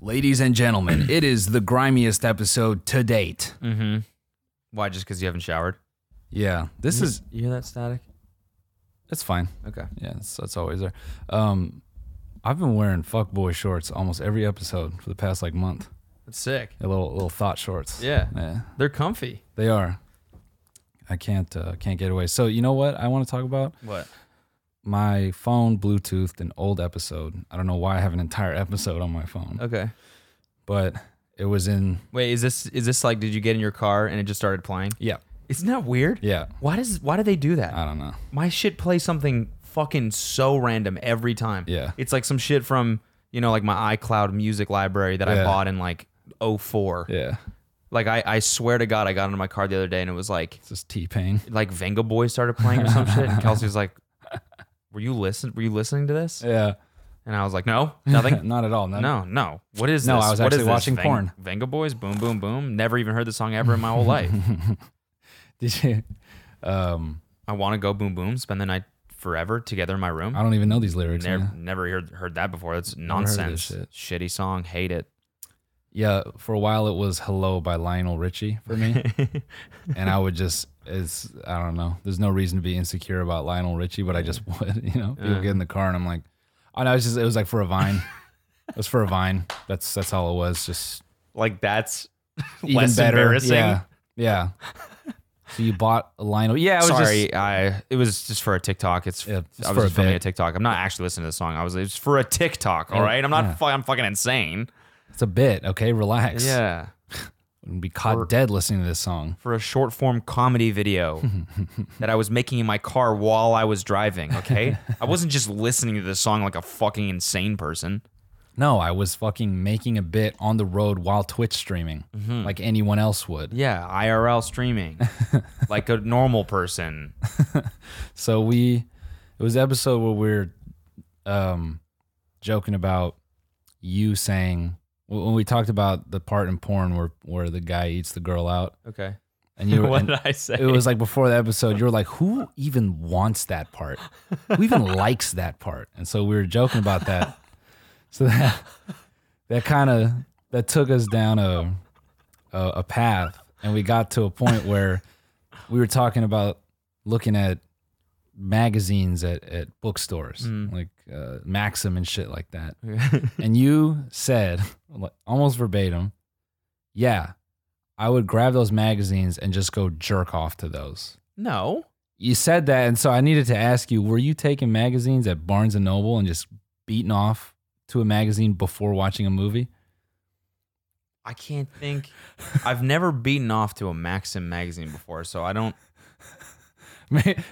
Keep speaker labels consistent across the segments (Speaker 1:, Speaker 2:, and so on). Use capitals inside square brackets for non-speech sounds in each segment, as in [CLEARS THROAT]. Speaker 1: Ladies and gentlemen, it is the grimiest episode to date.
Speaker 2: Mm-hmm. Why? Just because you haven't showered?
Speaker 1: Yeah, this is
Speaker 2: You hear that static?
Speaker 1: it's fine.
Speaker 2: Okay.
Speaker 1: Yeah, it's, that's always there. Um, I've been wearing fuckboy shorts almost every episode for the past like month.
Speaker 2: That's sick.
Speaker 1: A little little thought shorts.
Speaker 2: Yeah.
Speaker 1: yeah,
Speaker 2: They're comfy.
Speaker 1: they are. I can't uh, can't get away. So you know what I want to talk about?
Speaker 2: What?
Speaker 1: My phone Bluetoothed an old episode. I don't know why I have an entire episode on my phone,
Speaker 2: Okay.
Speaker 1: but it was in
Speaker 2: Wait, is this is this like did you get in your car and it just started playing?
Speaker 1: yeah
Speaker 2: Isn't that weird? Uh,
Speaker 1: yeah.
Speaker 2: Why does why do they do that?
Speaker 1: I don't know.
Speaker 2: My shit plays something fucking so random every time.
Speaker 1: Yeah.
Speaker 2: It's like some shit from, you know, like my iCloud music library that I
Speaker 1: Yeah.
Speaker 2: bought in like 04.
Speaker 1: Yeah,
Speaker 2: Like I, I swear to God I got into my car the other day and it was like
Speaker 1: it's just T Pain.
Speaker 2: like Venga Boy started playing or some [LAUGHS] shit. And Kelsey was like, Were you listen were you listening to this?
Speaker 1: Yeah, [LAUGHS]
Speaker 2: And I was like, No, nothing.
Speaker 1: not at all.
Speaker 2: No, no. What is
Speaker 1: No,
Speaker 2: this?
Speaker 1: I was
Speaker 2: What is
Speaker 1: actually
Speaker 2: this?
Speaker 1: watching
Speaker 2: Vang-
Speaker 1: porn.
Speaker 2: Venga Boys, boom, boom, boom. Never even heard the song ever in my
Speaker 1: [LAUGHS]
Speaker 2: whole life.
Speaker 1: Did you? Um,
Speaker 2: I want to go boom, boom. Spend the night forever together in my room.
Speaker 1: I don't even know these lyrics.
Speaker 2: Never,
Speaker 1: man.
Speaker 2: never heard heard that before. That's
Speaker 1: heard of this
Speaker 2: nonsense. Shitty song. Hate it.
Speaker 1: Yeah, for a while it was "Hello" by Lionel Richie for
Speaker 2: [LAUGHS]
Speaker 1: me, and I would just it's I don't know. There's no reason to be insecure about Lionel Richie, but I just [LAUGHS] would. You know, people get in the car and I'm like, I know it's just it was like for a
Speaker 2: [LAUGHS]
Speaker 1: vine. it was for a vine. That's that's all it was. Just
Speaker 2: Like that's
Speaker 1: even
Speaker 2: less
Speaker 1: better.
Speaker 2: embarrassing.
Speaker 1: Yeah, yeah. So you bought a Lionel? Yeah, I was
Speaker 2: Sorry,
Speaker 1: Just,
Speaker 2: I it was just for a TikTok. It's
Speaker 1: Yeah, it's
Speaker 2: I was
Speaker 1: for a
Speaker 2: just filming
Speaker 1: bit.
Speaker 2: a TikTok. I'm not actually listening to the song. I was it's for a TikTok. All
Speaker 1: Yeah,
Speaker 2: right, I'm not.
Speaker 1: yeah.
Speaker 2: fu- I'm fucking insane.
Speaker 1: it's a bit. Okay, relax.
Speaker 2: Yeah,
Speaker 1: Wouldn't be caught dead listening to this song.
Speaker 2: for a short form comedy [LAUGHS] video that I was making in my car while I was driving. Okay, I wasn't just listening to this song like a fucking insane person.
Speaker 1: No, I was fucking making a bit on the road while Twitch streaming, like anyone else would.
Speaker 2: Yeah, IRL streaming [LAUGHS] like a normal person.
Speaker 1: So we, it was an episode where we were um, joking about you saying when when we talked about the part in porn where where the guy eats the girl out,
Speaker 2: Okay,
Speaker 1: and you were,
Speaker 2: [LAUGHS] what
Speaker 1: and
Speaker 2: did I say?
Speaker 1: it was like before the episode, you were like, who even wants that part? Who even likes that part? And so we were joking about that. So that that kind of that took us down a, a a path, and we got to a point where we were talking about looking at magazines at, at bookstores like uh, Maxim and shit like that. and you said like, almost verbatim, yeah, I would grab those magazines and just go jerk off to those.
Speaker 2: [LAUGHS] no,
Speaker 1: You said that, and so I needed to ask you: Were you taking magazines at Barnes and Noble and just beating off to a magazine before watching a movie? [LAUGHS]
Speaker 2: I can't think. I've never beaten off to a Maxim magazine before, so I don't.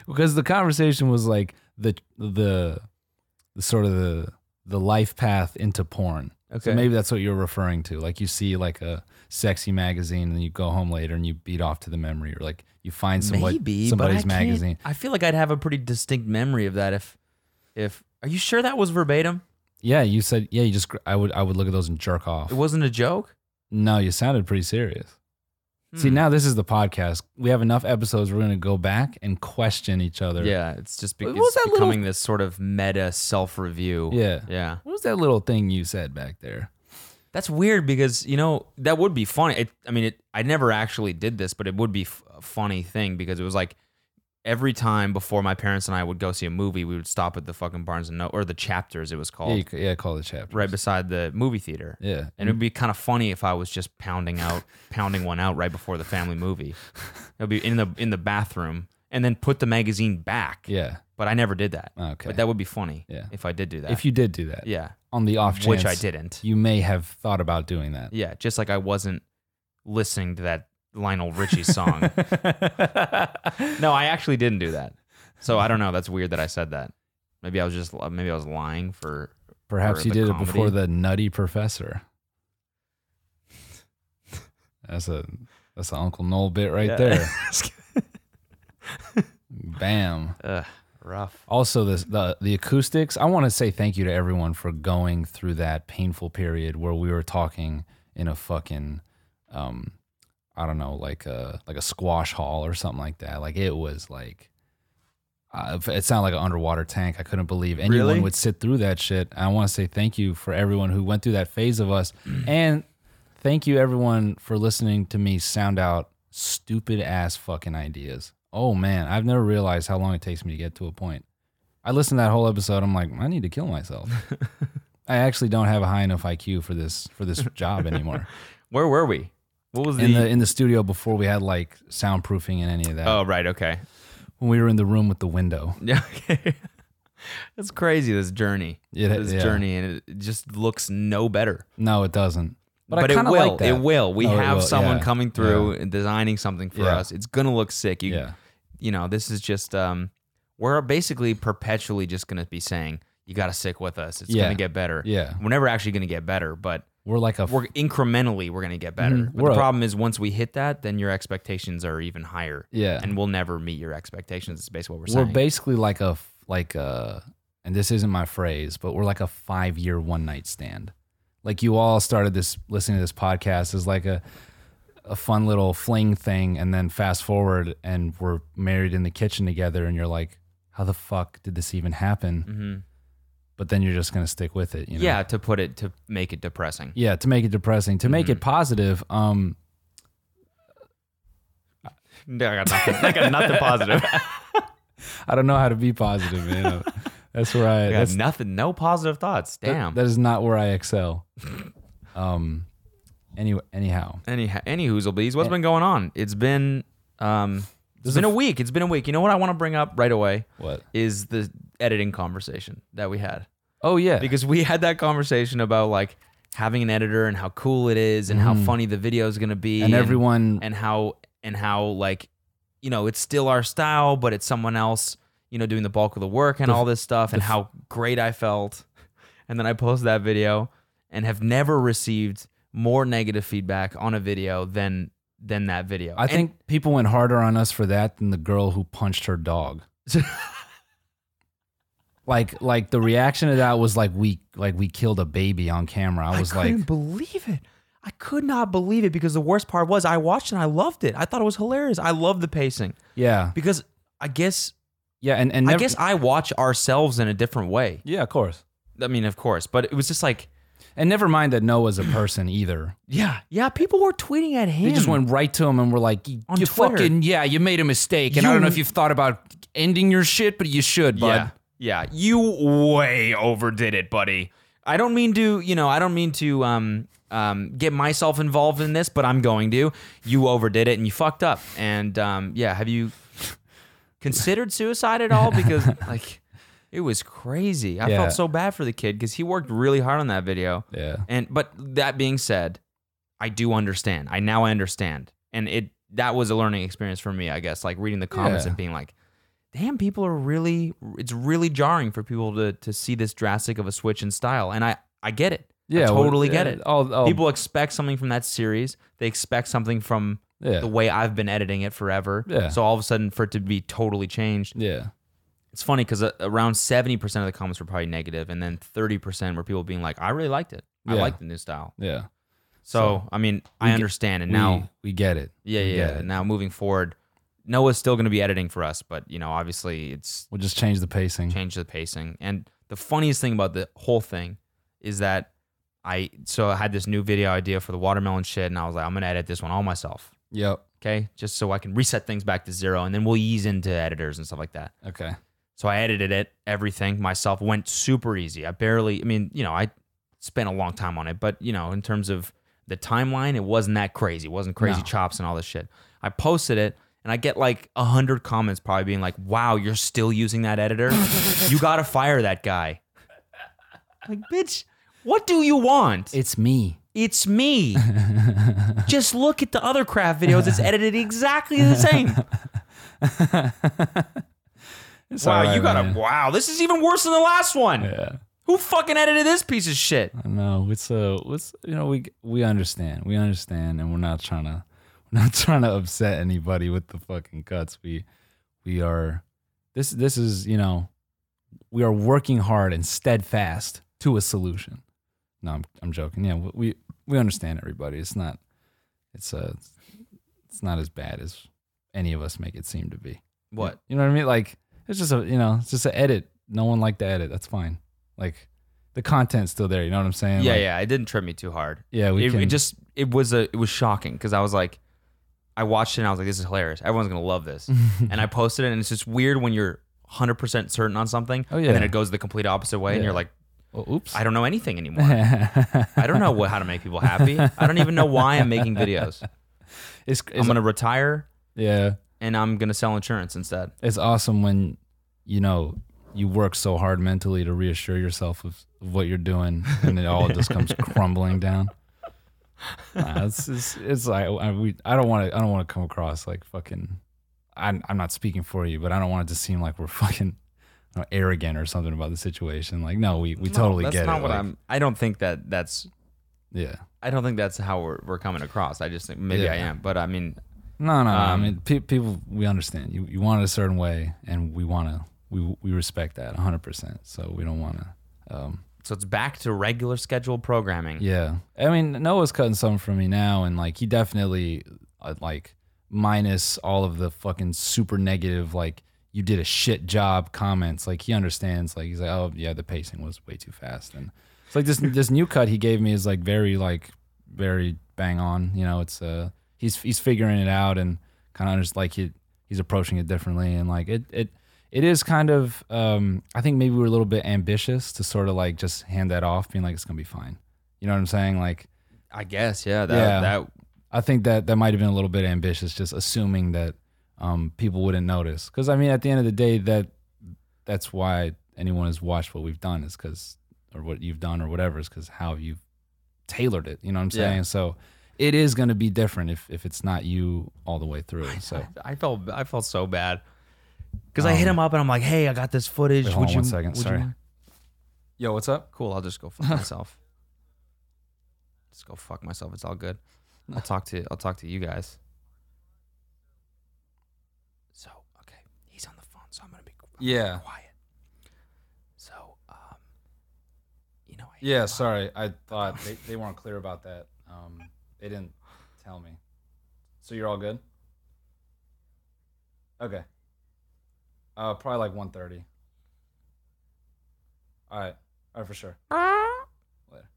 Speaker 1: because the conversation was like the the the sort of the the life path into porn.
Speaker 2: Okay,
Speaker 1: So maybe that's what you're referring to. Like you see like a sexy magazine, and you go home later and you beat off to the memory, or like you find somebody,
Speaker 2: maybe
Speaker 1: somebody's
Speaker 2: but I can't-
Speaker 1: magazine.
Speaker 2: I feel like I'd have a pretty distinct memory of that if, if. Are you sure that was verbatim?
Speaker 1: Yeah, you said yeah. You just gr- I would I would look at those and jerk off.
Speaker 2: It wasn't a joke.
Speaker 1: No, you sounded pretty serious. See,
Speaker 2: Hmm.
Speaker 1: now this is the podcast. We have enough episodes. We're going to go back and question each other.
Speaker 2: Yeah, it's just be-
Speaker 1: What was
Speaker 2: it's
Speaker 1: that little-
Speaker 2: becoming this sort of meta self review.
Speaker 1: Yeah.
Speaker 2: Yeah.
Speaker 1: What was that little thing you said back there?
Speaker 2: That's weird because, you know, that would be funny. It, I mean, it, I never actually did this, but it would be f- a funny thing because it was like every time before my parents and I would go see a movie, we would stop at the fucking Barnes and Noble or the chapters it was
Speaker 1: Yeah,
Speaker 2: called
Speaker 1: you, c- yeah, call the chapter.
Speaker 2: right beside the movie theater.
Speaker 1: Yeah.
Speaker 2: And it'd be kind of funny if I was just pounding out, pounding one out right before the
Speaker 1: [LAUGHS]
Speaker 2: family movie. It'd be in the in the bathroom, and then put the magazine back.
Speaker 1: Yeah.
Speaker 2: But I never did that.
Speaker 1: Okay.
Speaker 2: But that would be funny.
Speaker 1: Yeah.
Speaker 2: If I did do that.
Speaker 1: if you did do that,
Speaker 2: yeah.
Speaker 1: on the off chance,
Speaker 2: Which I didn't.
Speaker 1: you may have thought about doing that.
Speaker 2: Yeah, just like I wasn't listening to that Lionel
Speaker 1: [LAUGHS]
Speaker 2: Richie song. [LAUGHS] no, I actually didn't do that. So I don't know. That's weird that I said that. Maybe I was just uh, maybe I was lying for.
Speaker 1: Perhaps
Speaker 2: for
Speaker 1: you
Speaker 2: the
Speaker 1: did it
Speaker 2: comedy.
Speaker 1: before the Nutty Professor. That's a that's the Uncle Noel bit right
Speaker 2: Yeah. [LAUGHS]
Speaker 1: there. Bam.
Speaker 2: Ugh, rough.
Speaker 1: Also, this, the the acoustics. I want to say thank you to everyone for going through that painful period where we were talking in a fucking, um, I don't know, like a like a squash hall or something like that. Like it was like, Uh, it sounded like an underwater tank. I couldn't believe anyone
Speaker 2: Really?
Speaker 1: would sit through that shit. I want to say thank you for everyone who went through that phase of us, and thank you everyone for listening to me sound out stupid ass fucking ideas. Oh man, I've never realized how long it takes me to get to a point. I listened to that whole episode. I'm like, I need to kill myself. I actually don't have a high enough IQ for this for this job anymore.
Speaker 2: Where were we? What was the,
Speaker 1: in the in the studio before we had like soundproofing and any of that.
Speaker 2: Oh right, okay. [LAUGHS]
Speaker 1: When we were in the room with the window,
Speaker 2: Yeah, okay. That's crazy. This journey,
Speaker 1: It-
Speaker 2: this
Speaker 1: yeah.
Speaker 2: journey, and it just looks no better.
Speaker 1: no, it doesn't. But, I
Speaker 2: it
Speaker 1: kinda
Speaker 2: will.
Speaker 1: Like that.
Speaker 2: it will. We
Speaker 1: Oh, it
Speaker 2: have
Speaker 1: will,
Speaker 2: someone
Speaker 1: yeah,
Speaker 2: coming through and designing something for
Speaker 1: Yeah.
Speaker 2: us. It's gonna look sick. You,
Speaker 1: Yeah,
Speaker 2: you know, this is just um, we're basically perpetually just gonna be saying you gotta stick with us. It's
Speaker 1: Yeah.
Speaker 2: gonna get better.
Speaker 1: yeah.
Speaker 2: We're never actually gonna get better, but
Speaker 1: We're like a
Speaker 2: we're incrementally we're gonna get better.
Speaker 1: Mhm.
Speaker 2: But
Speaker 1: We're
Speaker 2: the
Speaker 1: a-
Speaker 2: problem is once we hit that, then your expectations are even higher,
Speaker 1: yeah.
Speaker 2: and we'll never meet your expectations. It's basically what we're
Speaker 1: We're
Speaker 2: saying.
Speaker 1: basically like a like a, and this isn't my phrase, but we're like a five year one night stand. Like you all started this listening to this podcast as like a a fun little fling thing, and then fast forward and we're married in the kitchen together, and you're like, how the fuck did this even happen?
Speaker 2: hmm
Speaker 1: But then you're just gonna stick with it, you know?
Speaker 2: Yeah, to put it to make it depressing.
Speaker 1: yeah to make it depressing to make it
Speaker 2: Mm-hmm.
Speaker 1: positive um
Speaker 2: No, [LAUGHS] I got nothing. I got nothing positive.
Speaker 1: [LAUGHS] i don't know how to be positive man
Speaker 2: [LAUGHS]
Speaker 1: that's where i
Speaker 2: I got
Speaker 1: that's,
Speaker 2: nothing. No positive thoughts.
Speaker 1: that-
Speaker 2: Damn.
Speaker 1: that is not where i excel um anyway anyhow
Speaker 2: Any any whoozlebees. What's been going on? It's been um. It's been a week. It's been a week. You know what I want to bring up right away
Speaker 1: what
Speaker 2: is the editing conversation that we had
Speaker 1: oh yeah
Speaker 2: because we had that conversation about like having an editor and how cool it is and how funny the video is going to be
Speaker 1: Mm-hmm. and everyone
Speaker 2: E and how and how like you know it's still our style but it's someone else you know doing the bulk of the work and all this stuff and how great i felt [LAUGHS] and then i posted that video and have never received more negative feedback on a video than than that video
Speaker 1: i
Speaker 2: And-
Speaker 1: think people went harder on us for that than the girl who punched her
Speaker 2: [LAUGHS]
Speaker 1: dog like like the reaction to that was like we like we killed a baby on camera i was
Speaker 2: I
Speaker 1: like
Speaker 2: couldn't believe it. I could not believe it because the worst part was I watched and I loved it. I thought it was hilarious. I love the pacing
Speaker 1: yeah
Speaker 2: because I guess
Speaker 1: yeah and and
Speaker 2: I
Speaker 1: never-
Speaker 2: guess I watch ourselves in a different way.
Speaker 1: yeah of course
Speaker 2: I mean, of course, but it was just like,
Speaker 1: and never mind that noah's a person either
Speaker 2: yeah, yeah. People were tweeting at him.
Speaker 1: They just went right to him and were like, "You
Speaker 2: On
Speaker 1: you
Speaker 2: Twitter.
Speaker 1: fucking yeah, you made a mistake, and I
Speaker 2: You-
Speaker 1: don't know if you've thought about ending your shit, but you should, bud."
Speaker 2: yeah, yeah. You way overdid it, buddy. I don't mean to, you know, I don't mean to um um get myself involved in this, but I'm going to. You overdid it and you fucked up. And um yeah, have you considered suicide at all?
Speaker 1: [LAUGHS]
Speaker 2: Because like it was crazy. I
Speaker 1: Yeah.
Speaker 2: felt so bad for the kid because he worked really hard on that video.
Speaker 1: Yeah.
Speaker 2: And but that being said, I do understand. I now understand. And it that was a learning experience for me, I guess, like reading the comments
Speaker 1: Yeah.
Speaker 2: and being like, damn, people are really it's really jarring for people to to see this drastic of a switch in style. And I I get it. I
Speaker 1: Yeah, well,
Speaker 2: totally get
Speaker 1: yeah, oh.
Speaker 2: it.
Speaker 1: all- all-
Speaker 2: people expect something from that series. They expect something from
Speaker 1: Yeah.
Speaker 2: the way I've been editing it forever.
Speaker 1: Yeah.
Speaker 2: So all of a sudden for it to be totally changed.
Speaker 1: Yeah.
Speaker 2: It's funny cuz around 70% of the comments were probably negative and then 30% were people being like, "I really liked it. I
Speaker 1: Yeah.
Speaker 2: like the new style."
Speaker 1: Yeah.
Speaker 2: So, I mean, I
Speaker 1: get-
Speaker 2: understand, and now,
Speaker 1: we, we get it.
Speaker 2: yeah,
Speaker 1: We
Speaker 2: yeah,
Speaker 1: get
Speaker 2: yeah.
Speaker 1: it.
Speaker 2: Now moving forward, Noah's still going to be editing for us, but you know, obviously, it's
Speaker 1: We'll just change the pacing.
Speaker 2: changed the pacing. And the funniest thing about the whole thing is that I so I had this new video idea for the watermelon shit, and I was like, I'm going to edit this one all myself,
Speaker 1: Yep.
Speaker 2: okay, just so I can reset things back to zero, and then we'll ease into editors and stuff like that.
Speaker 1: Okay.
Speaker 2: So I edited it, everything myself. Went super easy. I barely, I mean, you know, I spent a long time on it, but you know, in terms of the timeline, it wasn't that crazy. It wasn't crazy
Speaker 1: No.
Speaker 2: chops and all this shit. I posted it, and I get like a hundred comments, probably being like, "Wow, you're still using that editor? you gotta fire that guy." Like, bitch, what do you want?
Speaker 1: It's me.
Speaker 2: It's me. Just look at the other craft videos. It's edited exactly the same.
Speaker 1: It's
Speaker 2: wow,
Speaker 1: all right,
Speaker 2: you got
Speaker 1: man.
Speaker 2: to Wow, this is even worse than the last one.
Speaker 1: Yeah.
Speaker 2: Who fucking edited this piece of shit?
Speaker 1: I know. It's uh It's you know we we understand. We understand, and we're not trying to [LAUGHS] we're not trying to upset anybody with the fucking cuts. We we are this this is you know we are working hard and steadfast to a solution. No, I'm I'm joking. Yeah, we we, we understand everybody. It's not it's uh it's not as bad as any of us make it seem to be.
Speaker 2: What?
Speaker 1: You know what I mean? Like It's just a you know, it's just an edit. No one liked the edit. That's fine. Like the content's still there. You know what I'm saying?
Speaker 2: yeah,
Speaker 1: Like,
Speaker 2: yeah. It didn't trip me too hard.
Speaker 1: yeah. We
Speaker 2: it,
Speaker 1: can
Speaker 2: it just it was a it was shocking because I was like, I watched it and I was like, this is hilarious. Everyone's gonna
Speaker 1: [LAUGHS]
Speaker 2: love this. and I posted it, and it's just weird when you're hundred percent certain on something,
Speaker 1: Oh,
Speaker 2: and then
Speaker 1: yeah.
Speaker 2: it goes the complete opposite way, and
Speaker 1: Yeah.
Speaker 2: you're like,
Speaker 1: Oh, oops.
Speaker 2: I
Speaker 1: [LAUGHS]
Speaker 2: don't know anything anymore. I don't know what, how to make people happy. I don't even know why I'm
Speaker 1: [LAUGHS]
Speaker 2: making videos.
Speaker 1: it's,
Speaker 2: I'm
Speaker 1: it's
Speaker 2: gonna retire
Speaker 1: yeah.
Speaker 2: and I'm gonna sell insurance instead.
Speaker 1: It's awesome when you know you work so hard mentally to reassure yourself of, of what you're doing, and it all just
Speaker 2: [LAUGHS]
Speaker 1: comes crumbling down. Nah, it's, it's it's like I, we, I don't want to I don't want to come across like fucking. I'm I'm not speaking for you, but I don't want it to seem like we're [LAUGHS] fucking you know, arrogant or something about the situation. Like, no, we, we totally
Speaker 2: that's
Speaker 1: get
Speaker 2: not
Speaker 1: it.
Speaker 2: what
Speaker 1: Like,
Speaker 2: I'm. I don't think that that's.
Speaker 1: yeah.
Speaker 2: I don't think that's how we're, we're coming across. I just think maybe
Speaker 1: Yeah.
Speaker 2: I am, but I mean,
Speaker 1: No, no. I
Speaker 2: Um,
Speaker 1: mean, pe- people, we understand. You you want it a certain way, and we want to. We we respect that 100. percent So we don't want to. Um,
Speaker 2: so it's back to regular scheduled programming.
Speaker 1: yeah, I mean, Noah's cutting something for me now, and like he definitely uh, like minus all of the fucking super negative like you did a shit job comments. Like he understands. Like he's like, oh yeah, the pacing was way too fast, and it's like this this new cut he gave me is like very like very bang on. You know, it's uh he's he's figuring it out and kind of just like he he's approaching it differently and like it it it is kind of um I think maybe we're a little bit ambitious to sort of like just hand that off, being like it's gonna be fine. You know what I'm saying? Like
Speaker 2: I guess, yeah. That,
Speaker 1: Yeah.
Speaker 2: that
Speaker 1: I think that that might have been a little bit ambitious, just assuming that um, people wouldn't notice. Because I mean, at the end of the day, that that's why anyone has watched what we've done is because, or what you've done or whatever is because how you've tailored it. You know what I'm
Speaker 2: Yeah.
Speaker 1: saying? So it is going to be different if if it's not you all the way through. So Um,
Speaker 2: I felt I felt so bad because I hit him up and I'm like, "Hey, I got this footage.
Speaker 1: wait, hold
Speaker 2: would
Speaker 1: on
Speaker 2: you,
Speaker 1: one second.
Speaker 2: would you
Speaker 1: Sorry.
Speaker 2: mind?"
Speaker 1: yo, what's up?
Speaker 2: Cool. I'll just go fuck myself. [LAUGHS] Just go fuck myself. It's all good. I'll talk to I'll talk to you guys. So okay, he's on the phone, so I'm gonna be qu-
Speaker 1: Yeah,
Speaker 2: quiet. So um, you know, I hate
Speaker 1: yeah.
Speaker 2: him up.
Speaker 1: Sorry, I thought they, they weren't clear about that. Um, they didn't tell me. So you're all good. Okay. Uh, probably like 1.30. All right. All right, for sure. Later.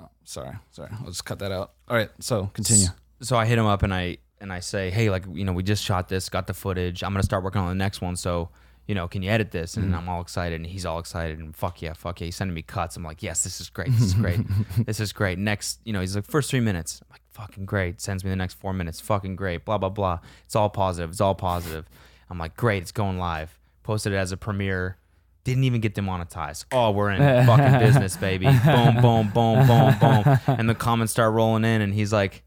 Speaker 1: Oh, sorry. Sorry. I'll just cut that out. All right. So continue.
Speaker 2: so I hit him up and I and I say, hey, like you know, we just shot this, got the footage. I'm gonna start working on the next one. So you know, can you edit this? And I'm all excited, and he's all excited, and fuck yeah, fuck yeah. He's sending me cuts. I'm like, yes, this is great, this is great, this is great. Next, you know, he's like, first three minutes. I'm like, fucking great. Sends me the next four minutes. Fucking great. Blah blah blah. It's all positive. It's all positive. I'm like, great. It's going live. Posted it as a premiere. Didn't even get demonetized. Oh, we're in fucking business, baby. Boom, boom, boom, boom, boom. And the comments start rolling in, and he's like,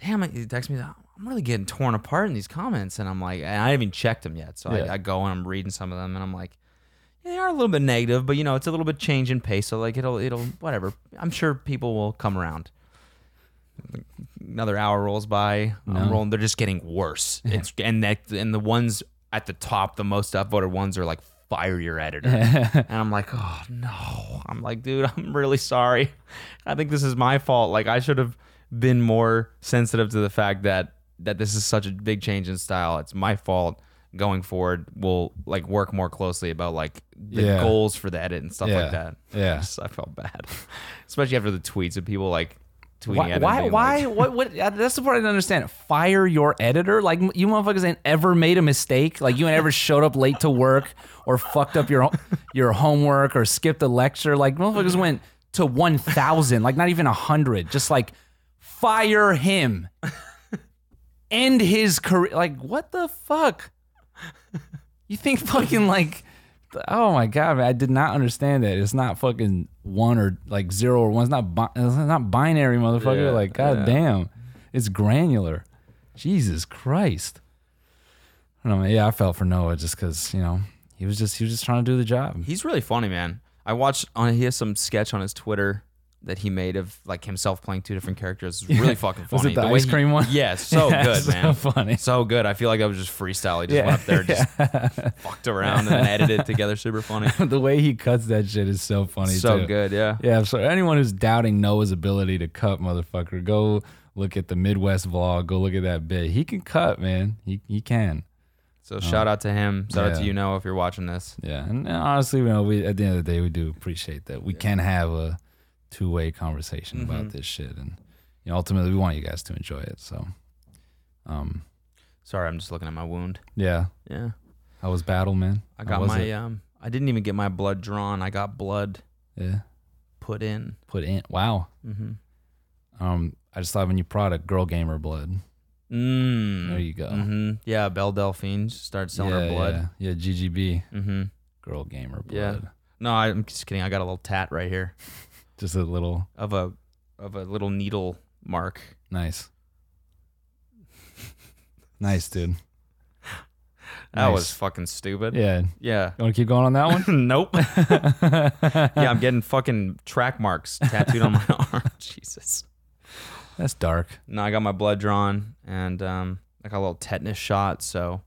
Speaker 2: damn it, he texts me, I'm really getting torn apart in these comments. And I'm like, and I haven't even checked them yet. So
Speaker 1: Yeah.
Speaker 2: I, I go and I'm reading some of them and I'm like, yeah, they are a little bit negative, but you know, it's a little bit change in pace. So like it'll, it'll, whatever. I'm sure people will come around. Another hour rolls by. I'm
Speaker 1: No.
Speaker 2: rolling. They're just getting worse. It's, and that, and the ones at the top, the most upvoted ones are like, fire
Speaker 1: [LAUGHS]
Speaker 2: your editor. And I'm like, oh no. I'm like, dude, [LAUGHS] I'm really sorry. I think this is my fault. Like I should have been more sensitive to the fact that that this is such a big change in style. It's my fault. Going forward, we'll like work more closely about like the
Speaker 1: Yeah.
Speaker 2: goals for the edit and stuff
Speaker 1: Yeah.
Speaker 2: like that.
Speaker 1: Yeah.
Speaker 2: Just- [LAUGHS] I felt bad, [LAUGHS] especially after the tweets of people like tweeting
Speaker 1: Why?
Speaker 2: at
Speaker 1: Why?
Speaker 2: him. being
Speaker 1: why
Speaker 2: like-
Speaker 1: what? What? uh, That's the part I don't understand. Fire your editor? Like m- you motherfuckers ain't ever made a mistake. Like you ain't ever showed up late to work or fucked up your your homework or skipped a lecture. Like motherfuckers went to one thousand. Like not even a hundred. Just like fire him. End his career. Like what the fuck? You think [LAUGHS] fucking like. Oh my god, man, I did not understand that. It's not fucking one or like zero or one. It's not bi- it's not binary, motherfucker.
Speaker 2: Yeah,
Speaker 1: like god
Speaker 2: yeah.
Speaker 1: damn, it's granular. Jesus Christ. I don't know. man. Yeah, I felt for Noah just because you know he was just he was just trying to do the job.
Speaker 2: He's really funny, man. I watched on he has some sketch on his Twitter that he made of like himself playing two different characters. It's
Speaker 1: [LAUGHS]
Speaker 2: really fucking funny.
Speaker 1: Was it the ice
Speaker 2: he-
Speaker 1: cream one?
Speaker 2: Yeah, it's
Speaker 1: [LAUGHS]
Speaker 2: so
Speaker 1: Yeah,
Speaker 2: good,
Speaker 1: so
Speaker 2: man.
Speaker 1: funny. [LAUGHS]
Speaker 2: So good. I feel like I was just freestyle. He just
Speaker 1: Yeah.
Speaker 2: went up there,
Speaker 1: [LAUGHS]
Speaker 2: just fucked around and edited it together. Super funny.
Speaker 1: the way he cuts that shit is so funny.
Speaker 2: so
Speaker 1: too.
Speaker 2: good, yeah.
Speaker 1: Yeah, so anyone who's doubting Noah's ability to cut, motherfucker, go look at the Midwest vlog. Go look at that bit. He can cut, man. He he can.
Speaker 2: So shout out to him. Shout out to
Speaker 1: Yeah.
Speaker 2: you know if you're watching this.
Speaker 1: Yeah, and uh, honestly, you know, we at the end of the day, we do appreciate that we can have a two-way conversation
Speaker 2: Mm-hmm.
Speaker 1: about this shit, and you know, ultimately, we want you guys to enjoy it. So, um,
Speaker 2: Sorry, I'm just looking at my wound.
Speaker 1: yeah,
Speaker 2: Yeah.
Speaker 1: how was battle, man?
Speaker 2: I
Speaker 1: How
Speaker 2: got
Speaker 1: was
Speaker 2: my
Speaker 1: it?
Speaker 2: um I didn't even get my blood drawn. I got blood
Speaker 1: yeah
Speaker 2: put in.
Speaker 1: put in. Wow,
Speaker 2: Mhm.
Speaker 1: um, I just thought of a new product, Girl Gamer Blood.
Speaker 2: Mm.
Speaker 1: There you go.
Speaker 2: hmm Yeah, Belle Delphine started selling
Speaker 1: yeah,
Speaker 2: her blood.
Speaker 1: Yeah, yeah, GGB,
Speaker 2: hmm
Speaker 1: Girl Gamer Blood.
Speaker 2: Yeah. No, I- I'm just kidding. I got a little tat right here
Speaker 1: just a little
Speaker 2: of a of a little needle mark.
Speaker 1: nice, [LAUGHS] nice dude.
Speaker 2: That
Speaker 1: Nice.
Speaker 2: was fucking stupid.
Speaker 1: Yeah, you
Speaker 2: Yeah.
Speaker 1: want to keep going on that one?
Speaker 2: nope. [LAUGHS] yeah, I'm getting fucking track marks tattooed on my [LAUGHS] arm. Jesus.
Speaker 1: [LAUGHS] That's dark.
Speaker 2: No, I got my blood drawn and um, I got a little tetanus shot. So,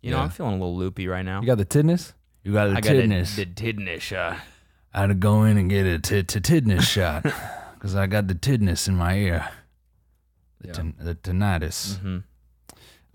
Speaker 2: you know,
Speaker 1: Yeah.
Speaker 2: I'm feeling a little loopy right now.
Speaker 1: You got the tidness? You got the
Speaker 2: I got a, the tetanus shot.
Speaker 1: I had to go in and get a t- t- tidness
Speaker 2: [LAUGHS]
Speaker 1: shot because I got the tidness in my ear. The,
Speaker 2: Yeah.
Speaker 1: tin- the tinnitus.
Speaker 2: hmm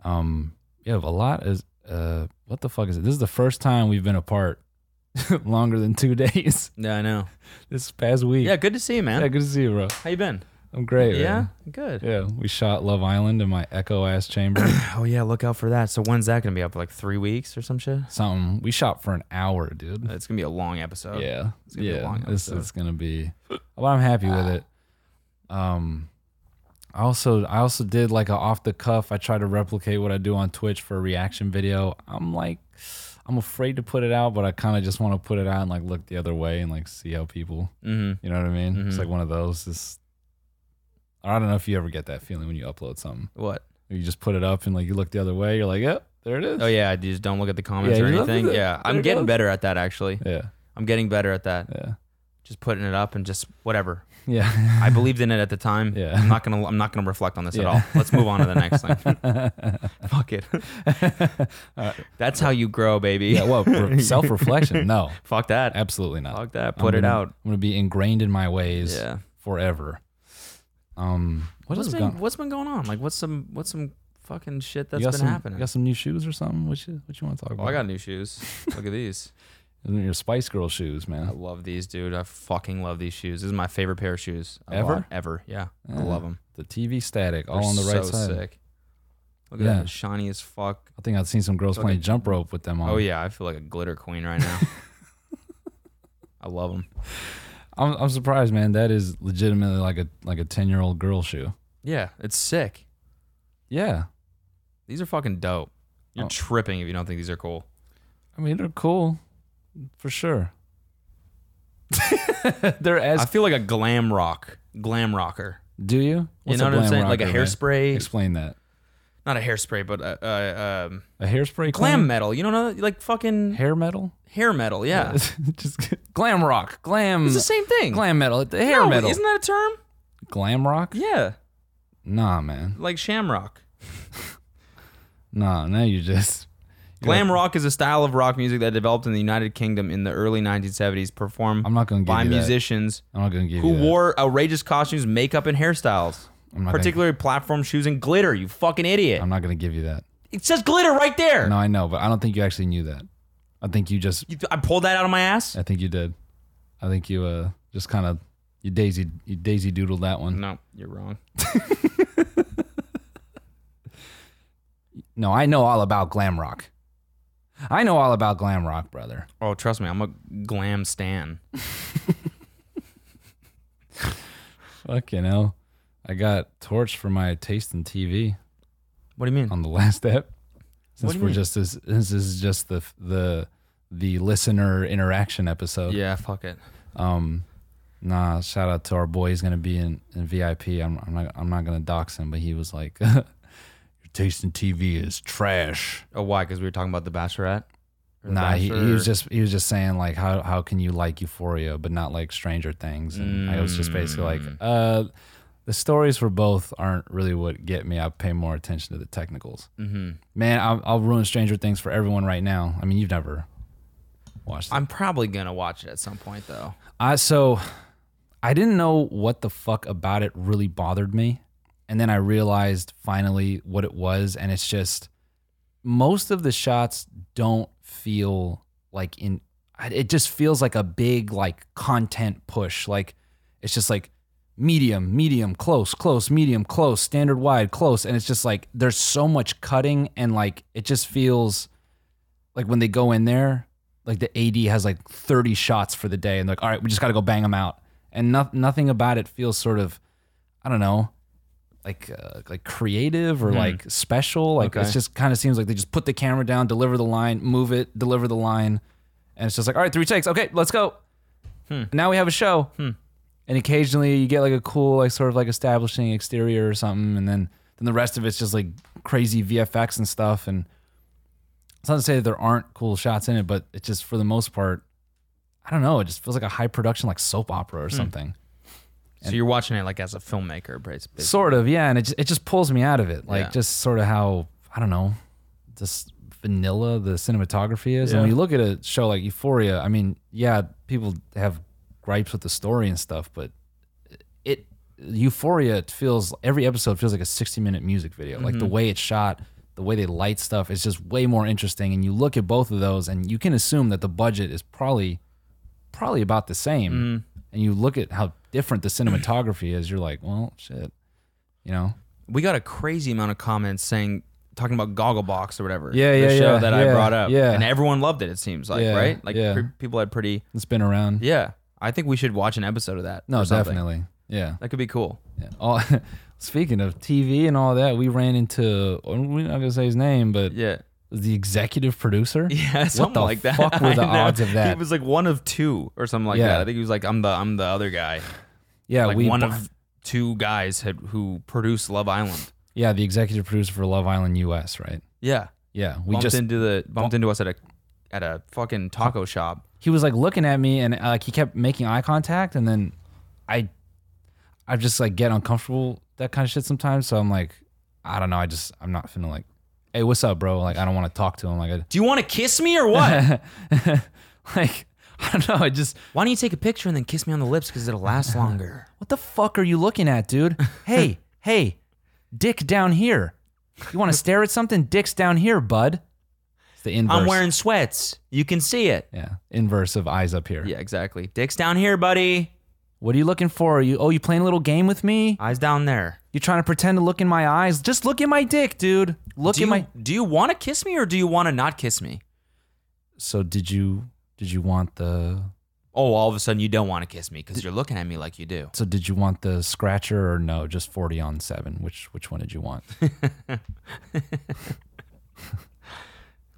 Speaker 1: Um, yeah, a lot is. Uh, what the fuck is it? This is the first time we've been apart [LAUGHS] longer than two [LAUGHS] days
Speaker 2: Yeah, I know.
Speaker 1: this past week.
Speaker 2: Yeah, good to see you, man.
Speaker 1: Yeah, good to see you, bro.
Speaker 2: How you been?
Speaker 1: I'm great.
Speaker 2: yeah,
Speaker 1: man.
Speaker 2: good.
Speaker 1: yeah. We shot Love Island in my echo ass
Speaker 2: [COUGHS]
Speaker 1: chamber.
Speaker 2: Oh yeah, look out for that. So when's that gonna be up? Like three weeks or some shit?
Speaker 1: Something. We shot for an hour, dude.
Speaker 2: It's gonna be a long episode.
Speaker 1: yeah,
Speaker 2: gonna be a
Speaker 1: yeah.
Speaker 2: long
Speaker 1: this
Speaker 2: episode.
Speaker 1: is gonna be. Well, I'm happy with it. Um, I also I also did like a off the cuff. I try to replicate what I do on Twitch for a reaction video. I'm like, I'm afraid to put it out, but I kind of just want to put it out and like look the other way and like see how people.
Speaker 2: Mm-hmm.
Speaker 1: You know what I mean? It's
Speaker 2: Mhm.
Speaker 1: like one of those. This. I don't know if you ever get that feeling when you upload something.
Speaker 2: What?
Speaker 1: You just put it up and like you look the other way. You're like, yep, there it is.
Speaker 2: Oh yeah, you just don't look at the comments
Speaker 1: Yeah,
Speaker 2: or
Speaker 1: you look at
Speaker 2: anything.
Speaker 1: the-
Speaker 2: yeah,
Speaker 1: there
Speaker 2: I'm
Speaker 1: it
Speaker 2: getting
Speaker 1: goes.
Speaker 2: better at that. Actually,
Speaker 1: yeah,
Speaker 2: I'm getting better at that.
Speaker 1: yeah,
Speaker 2: Just putting it up and just whatever.
Speaker 1: yeah.
Speaker 2: I believed in it at the time.
Speaker 1: Yeah.
Speaker 2: I'm not gonna. I'm not gonna reflect on this at
Speaker 1: Yeah. [LAUGHS]
Speaker 2: all. Let's move on to the next thing. Fuck it.
Speaker 1: All
Speaker 2: That's how you grow, baby.
Speaker 1: [LAUGHS] Yeah, well, self reflection. No,
Speaker 2: [LAUGHS] Fuck that.
Speaker 1: absolutely not.
Speaker 2: Fuck that.
Speaker 1: I'm
Speaker 2: Put it
Speaker 1: gonna-
Speaker 2: out.
Speaker 1: I'm gonna be ingrained in my ways
Speaker 2: Yeah.
Speaker 1: forever. Um, what
Speaker 2: What's
Speaker 1: is
Speaker 2: been
Speaker 1: going?
Speaker 2: What's been going on? Like, what's some What's some fucking shit that's
Speaker 1: you got
Speaker 2: been
Speaker 1: some,
Speaker 2: happening?
Speaker 1: You got some new shoes or something? What you What you want to talk
Speaker 2: Oh,
Speaker 1: about?
Speaker 2: I got new shoes. Look
Speaker 1: [LAUGHS]
Speaker 2: at these.
Speaker 1: your Spice Girl shoes,
Speaker 2: I
Speaker 1: man.
Speaker 2: love these, dude. I fucking love these shoes. This is my favorite pair of shoes I
Speaker 1: Ever?
Speaker 2: bought ever. Yeah, I
Speaker 1: Yeah.
Speaker 2: love them.
Speaker 1: The TV static, all on the right
Speaker 2: so
Speaker 1: side.
Speaker 2: Sick. Look at
Speaker 1: Yeah.
Speaker 2: that, shiny as fuck.
Speaker 1: I think I've seen some girls
Speaker 2: Look
Speaker 1: playing
Speaker 2: at-
Speaker 1: jump rope with them on.
Speaker 2: Oh yeah, I feel like a glitter queen
Speaker 1: [LAUGHS]
Speaker 2: right now. I love them.
Speaker 1: I'm, I'm surprised, man. That is legitimately like a like a ten year old girl shoe.
Speaker 2: Yeah, it's sick.
Speaker 1: Yeah,
Speaker 2: These are fucking dope. You're
Speaker 1: Oh.
Speaker 2: tripping if you don't think these are cool.
Speaker 1: I mean they're cool, for sure. [LAUGHS] they're as
Speaker 2: I feel like a glam rock, glam rocker.
Speaker 1: Do you?
Speaker 2: You
Speaker 1: What's a
Speaker 2: know what I'm
Speaker 1: glam
Speaker 2: saying? Like a
Speaker 1: rocker, man?
Speaker 2: hairspray,
Speaker 1: Explain that.
Speaker 2: not a hairspray, but a, a um,
Speaker 1: A hairspray
Speaker 2: glam metal. You know, like fucking
Speaker 1: hair metal.
Speaker 2: hair metal. Yeah,
Speaker 1: [LAUGHS] just glam rock, glam,
Speaker 2: it's the same thing.
Speaker 1: [LAUGHS] glam metal, the hair
Speaker 2: No,
Speaker 1: metal,
Speaker 2: Isn't that a term?
Speaker 1: glam rock.
Speaker 2: Yeah,
Speaker 1: Nah, man,
Speaker 2: like shamrock.
Speaker 1: nah. Now you just
Speaker 2: Glam rock is a style of rock music that developed in the United Kingdom in the early 1970s, performed
Speaker 1: I'm not gonna give
Speaker 2: by
Speaker 1: you that.
Speaker 2: musicians
Speaker 1: I'm not gonna give
Speaker 2: who
Speaker 1: you that.
Speaker 2: wore outrageous costumes, makeup, and hairstyles,
Speaker 1: I'm not gonna,
Speaker 2: particularly platform shoes and glitter. You fucking idiot!
Speaker 1: [LAUGHS] I'm not gonna give you that.
Speaker 2: it says glitter right there.
Speaker 1: No, I know, but I don't think you actually knew that. I think you just.
Speaker 2: You- I pulled that out of my ass.
Speaker 1: I think you did. I think you uh just kind of you daisy you daisy doodled that one.
Speaker 2: No, you're wrong.
Speaker 1: No, I know all about glam rock. I know all about glam rock, brother.
Speaker 2: Oh, trust me, I'm a glam stan.
Speaker 1: Fucking hell. I got torched for my taste in TV
Speaker 2: What do you mean?
Speaker 1: on the [LAUGHS] last ep.
Speaker 2: What
Speaker 1: Since
Speaker 2: do you
Speaker 1: we're
Speaker 2: mean?
Speaker 1: just this, this is just the the the listener interaction episode.
Speaker 2: yeah, fuck it.
Speaker 1: Um, nah. Shout out to our boy. He's gonna be in, in VIP. I'm, I'm not I'm not gonna dox him, but he was like, [LAUGHS] "Your taste in TV is trash."
Speaker 2: Oh, why? Because we were talking about the Bachelorette. Or The
Speaker 1: Nah, he, he
Speaker 2: Bachelor-
Speaker 1: was just he was just saying like how how can you like Euphoria but not like Stranger Things? And I was just basically like, uh, the stories for both aren't really what get me. I pay more attention to the technicals.
Speaker 2: Mhm.
Speaker 1: Man, I'll, I'll ruin Stranger Things for everyone right now. I mean, you've never watched. It.
Speaker 2: I'm probably gonna watch it at some point though.
Speaker 1: I so I didn't know what the fuck about it really bothered me, and then I realized finally what it was, and it's just most of the shots don't feel like in I- it just feels like a big like content push like it's just like medium medium close close medium close standard wide close and it's just like there's so much cutting and like it just feels like when they go in there like the AD has like 30 shots for the day and like all right we just got to go bang them out and no, nothing about it feels sort of I don't know like uh, like creative or
Speaker 2: Hmm.
Speaker 1: like special like
Speaker 2: Okay.
Speaker 1: it's just kind of seems like they just put the camera down deliver the line move it deliver the line and it's just like all right three takes okay let's go
Speaker 2: Hmm.
Speaker 1: now we have a show
Speaker 2: Hmm.
Speaker 1: and occasionally you get like a cool like sort of like establishing exterior or something and then then the rest of it's just like crazy vfx and stuff and it's not to say that there aren't cool shots in it but it just for the most part i don't know it just feels like a high production like soap opera or something
Speaker 2: So you're watching it like as a filmmaker, basically.
Speaker 1: sort of yeah and it, ju- it just pulls me out of it like
Speaker 2: Yeah.
Speaker 1: just sort of how i don't know just vanilla the cinematography is and when
Speaker 2: Yeah.
Speaker 1: you look at a show like euphoria i mean yeah people have gripes with the story and stuff but it euphoria it feels every episode feels like a 60 minute music video like
Speaker 2: Mm-hmm.
Speaker 1: the way it's shot the way they light stuff it's just way more interesting and you look at both of those and you can assume that the budget is probably probably about the same
Speaker 2: Mm.
Speaker 1: and you look at how different the cinematography is you're like well shit you know
Speaker 2: we got a crazy amount of comments saying talking about Gogglebox or whatever.
Speaker 1: Yeah,
Speaker 2: the
Speaker 1: yeah,
Speaker 2: show
Speaker 1: yeah,
Speaker 2: that
Speaker 1: yeah,
Speaker 2: I brought up.
Speaker 1: yeah.
Speaker 2: and everyone loved it. It seems like
Speaker 1: Yeah,
Speaker 2: right, like
Speaker 1: yeah.
Speaker 2: pre- people had pretty.
Speaker 1: it's been around
Speaker 2: Yeah, I think we should watch an episode of that.
Speaker 1: no
Speaker 2: or something.
Speaker 1: definitely yeah
Speaker 2: That could be cool.
Speaker 1: Yeah. All, [LAUGHS] speaking of TV and all that, we ran into we're not gonna say his name, but
Speaker 2: Yeah, [LAUGHS]
Speaker 1: the executive producer.
Speaker 2: yeah, something
Speaker 1: the
Speaker 2: like that.
Speaker 1: fuck were
Speaker 2: [LAUGHS] I
Speaker 1: the
Speaker 2: know.
Speaker 1: odds of that?
Speaker 2: He was like one of two or something like
Speaker 1: Yeah.
Speaker 2: that. I think he was like I'm the I'm the other guy.
Speaker 1: Yeah,
Speaker 2: like
Speaker 1: we
Speaker 2: one
Speaker 1: bu-
Speaker 2: of two guys had, who produced Love Island.
Speaker 1: yeah the executive producer for Love Island U.S. Right?
Speaker 2: Yeah,
Speaker 1: Yeah, we
Speaker 2: bumped
Speaker 1: just
Speaker 2: into the bumped into us at a at a fucking taco shop.
Speaker 1: he was like looking at me and uh, like he kept making eye contact, and then I I just like get uncomfortable that kind of shit sometimes. So I'm like, I don't know, I just I'm not feeling like, hey, what's up, bro? Like I don't want to talk to him. Like
Speaker 2: Do you want to kiss me or
Speaker 1: [LAUGHS]
Speaker 2: what?
Speaker 1: I like I [LAUGHS] don't know, I just
Speaker 2: Why don't you take a picture and then kiss me on the lips because it'll [LAUGHS] last longer?
Speaker 1: What the fuck are you looking at, [LAUGHS] dude? Hey, hey, dick down here. You want to stare at something? Dick's down here, bud. It's the inverse.
Speaker 2: I'm wearing sweats. You can see it.
Speaker 1: yeah, inverse of eyes up here.
Speaker 2: Yeah, exactly. Dick's down here, buddy.
Speaker 1: What are you looking for? Are you oh, you playing a little game with me?
Speaker 2: Eyes down there.
Speaker 1: You trying to pretend to look in my eyes? Just look at my dick, dude. Look at
Speaker 2: Do you,
Speaker 1: my.
Speaker 2: do you want to kiss me or do you want to not kiss me?
Speaker 1: So did you did you want the
Speaker 2: Oh, all of a sudden you don't want to kiss me because you're looking at me like you do.
Speaker 1: so did you want the scratcher or no? Just forty on seven. Which which one did you want?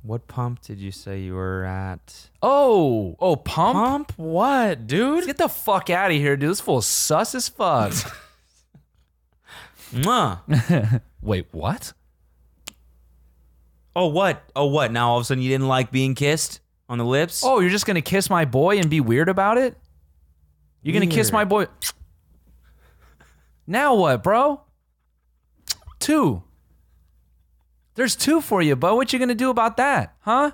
Speaker 2: What pump did you say you were at?
Speaker 1: [LAUGHS] oh oh pump.
Speaker 2: Pump what, dude?
Speaker 1: Get the fuck out of here, dude. This fool's sus as fuck.
Speaker 2: [LAUGHS] Mwah.
Speaker 1: [LAUGHS] Wait, what?
Speaker 2: Oh, what? Oh, what? Now all of a sudden you didn't like being kissed on the lips?
Speaker 1: Oh, you're just gonna kiss my boy and be weird about it? You're gonna kiss
Speaker 2: Weird.
Speaker 1: my boy. Now what, bro? Two. There's two for you, bro. What you gonna do about that, huh?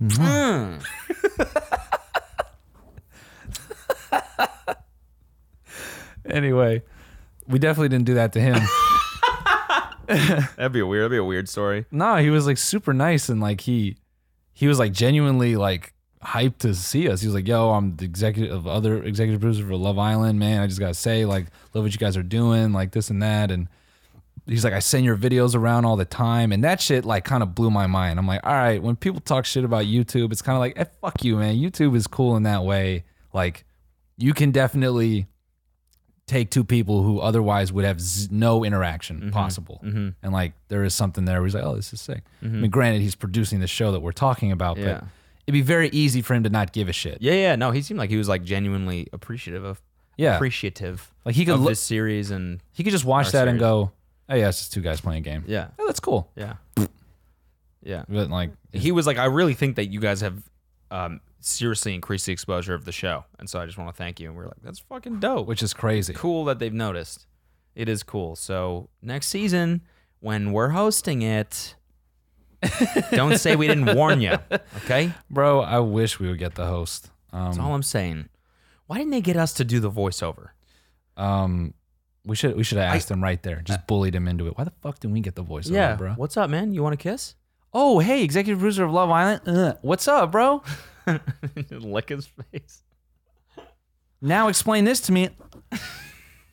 Speaker 2: Mm.
Speaker 1: Anyway, we definitely didn't do that to him.
Speaker 2: [LAUGHS] That'd be a weird. That'd be a weird story.
Speaker 1: no, he was like super nice and like he he was like genuinely like hyped to see us. He was like, "Yo, I'm the executive of other executive producer for Love Island, man. I just gotta say, like, love what you guys are doing, like this and that." And he's like, "I send your videos around all the time," and that shit like kind of blew my mind. I'm like, "All right, when people talk shit about YouTube, it's kind of like, eh, fuck you, man. YouTube is cool in that way. Like, you can definitely." Take two people who otherwise would have z- no interaction possible,
Speaker 2: Mm-hmm.
Speaker 1: and like there is something there. Where he's like, "Oh, this is sick." I mean, granted, he's producing the show that we're talking about,
Speaker 2: Yeah.
Speaker 1: but it'd be very easy for him to not give a shit.
Speaker 2: Yeah, yeah. No, he seemed like he was like genuinely appreciative of
Speaker 1: Yeah,
Speaker 2: appreciative
Speaker 1: like he could
Speaker 2: of
Speaker 1: look,
Speaker 2: this series and
Speaker 1: he could just watch
Speaker 2: our
Speaker 1: that and
Speaker 2: series.
Speaker 1: go, "Oh yeah, it's just two guys playing a game.
Speaker 2: yeah,
Speaker 1: Oh, that's cool."
Speaker 2: yeah, yeah.
Speaker 1: But like,
Speaker 2: He was like, I really think that you guys have um, seriously increased the exposure of the show, and so I just want to thank you. And we are like, that's fucking dope.
Speaker 1: which is crazy.
Speaker 2: cool that they've noticed. It is cool. So next season, when we're hosting it, don't say we didn't warn you. Okay,
Speaker 1: Bro, I wish we would get the host. Um,
Speaker 2: that's all I'm saying. Why didn't they get us to do the voiceover?
Speaker 1: um, We should we should have asked him right there. Just bullied him into it. Why the fuck didn't we get the voiceover,
Speaker 2: yeah,
Speaker 1: bro?
Speaker 2: What's up, man? You want a kiss?
Speaker 1: Oh, hey, executive producer of Love Island. Ugh. What's up,
Speaker 2: [LAUGHS]
Speaker 1: bro?
Speaker 2: [LAUGHS] Lick his face.
Speaker 1: Now explain this to me.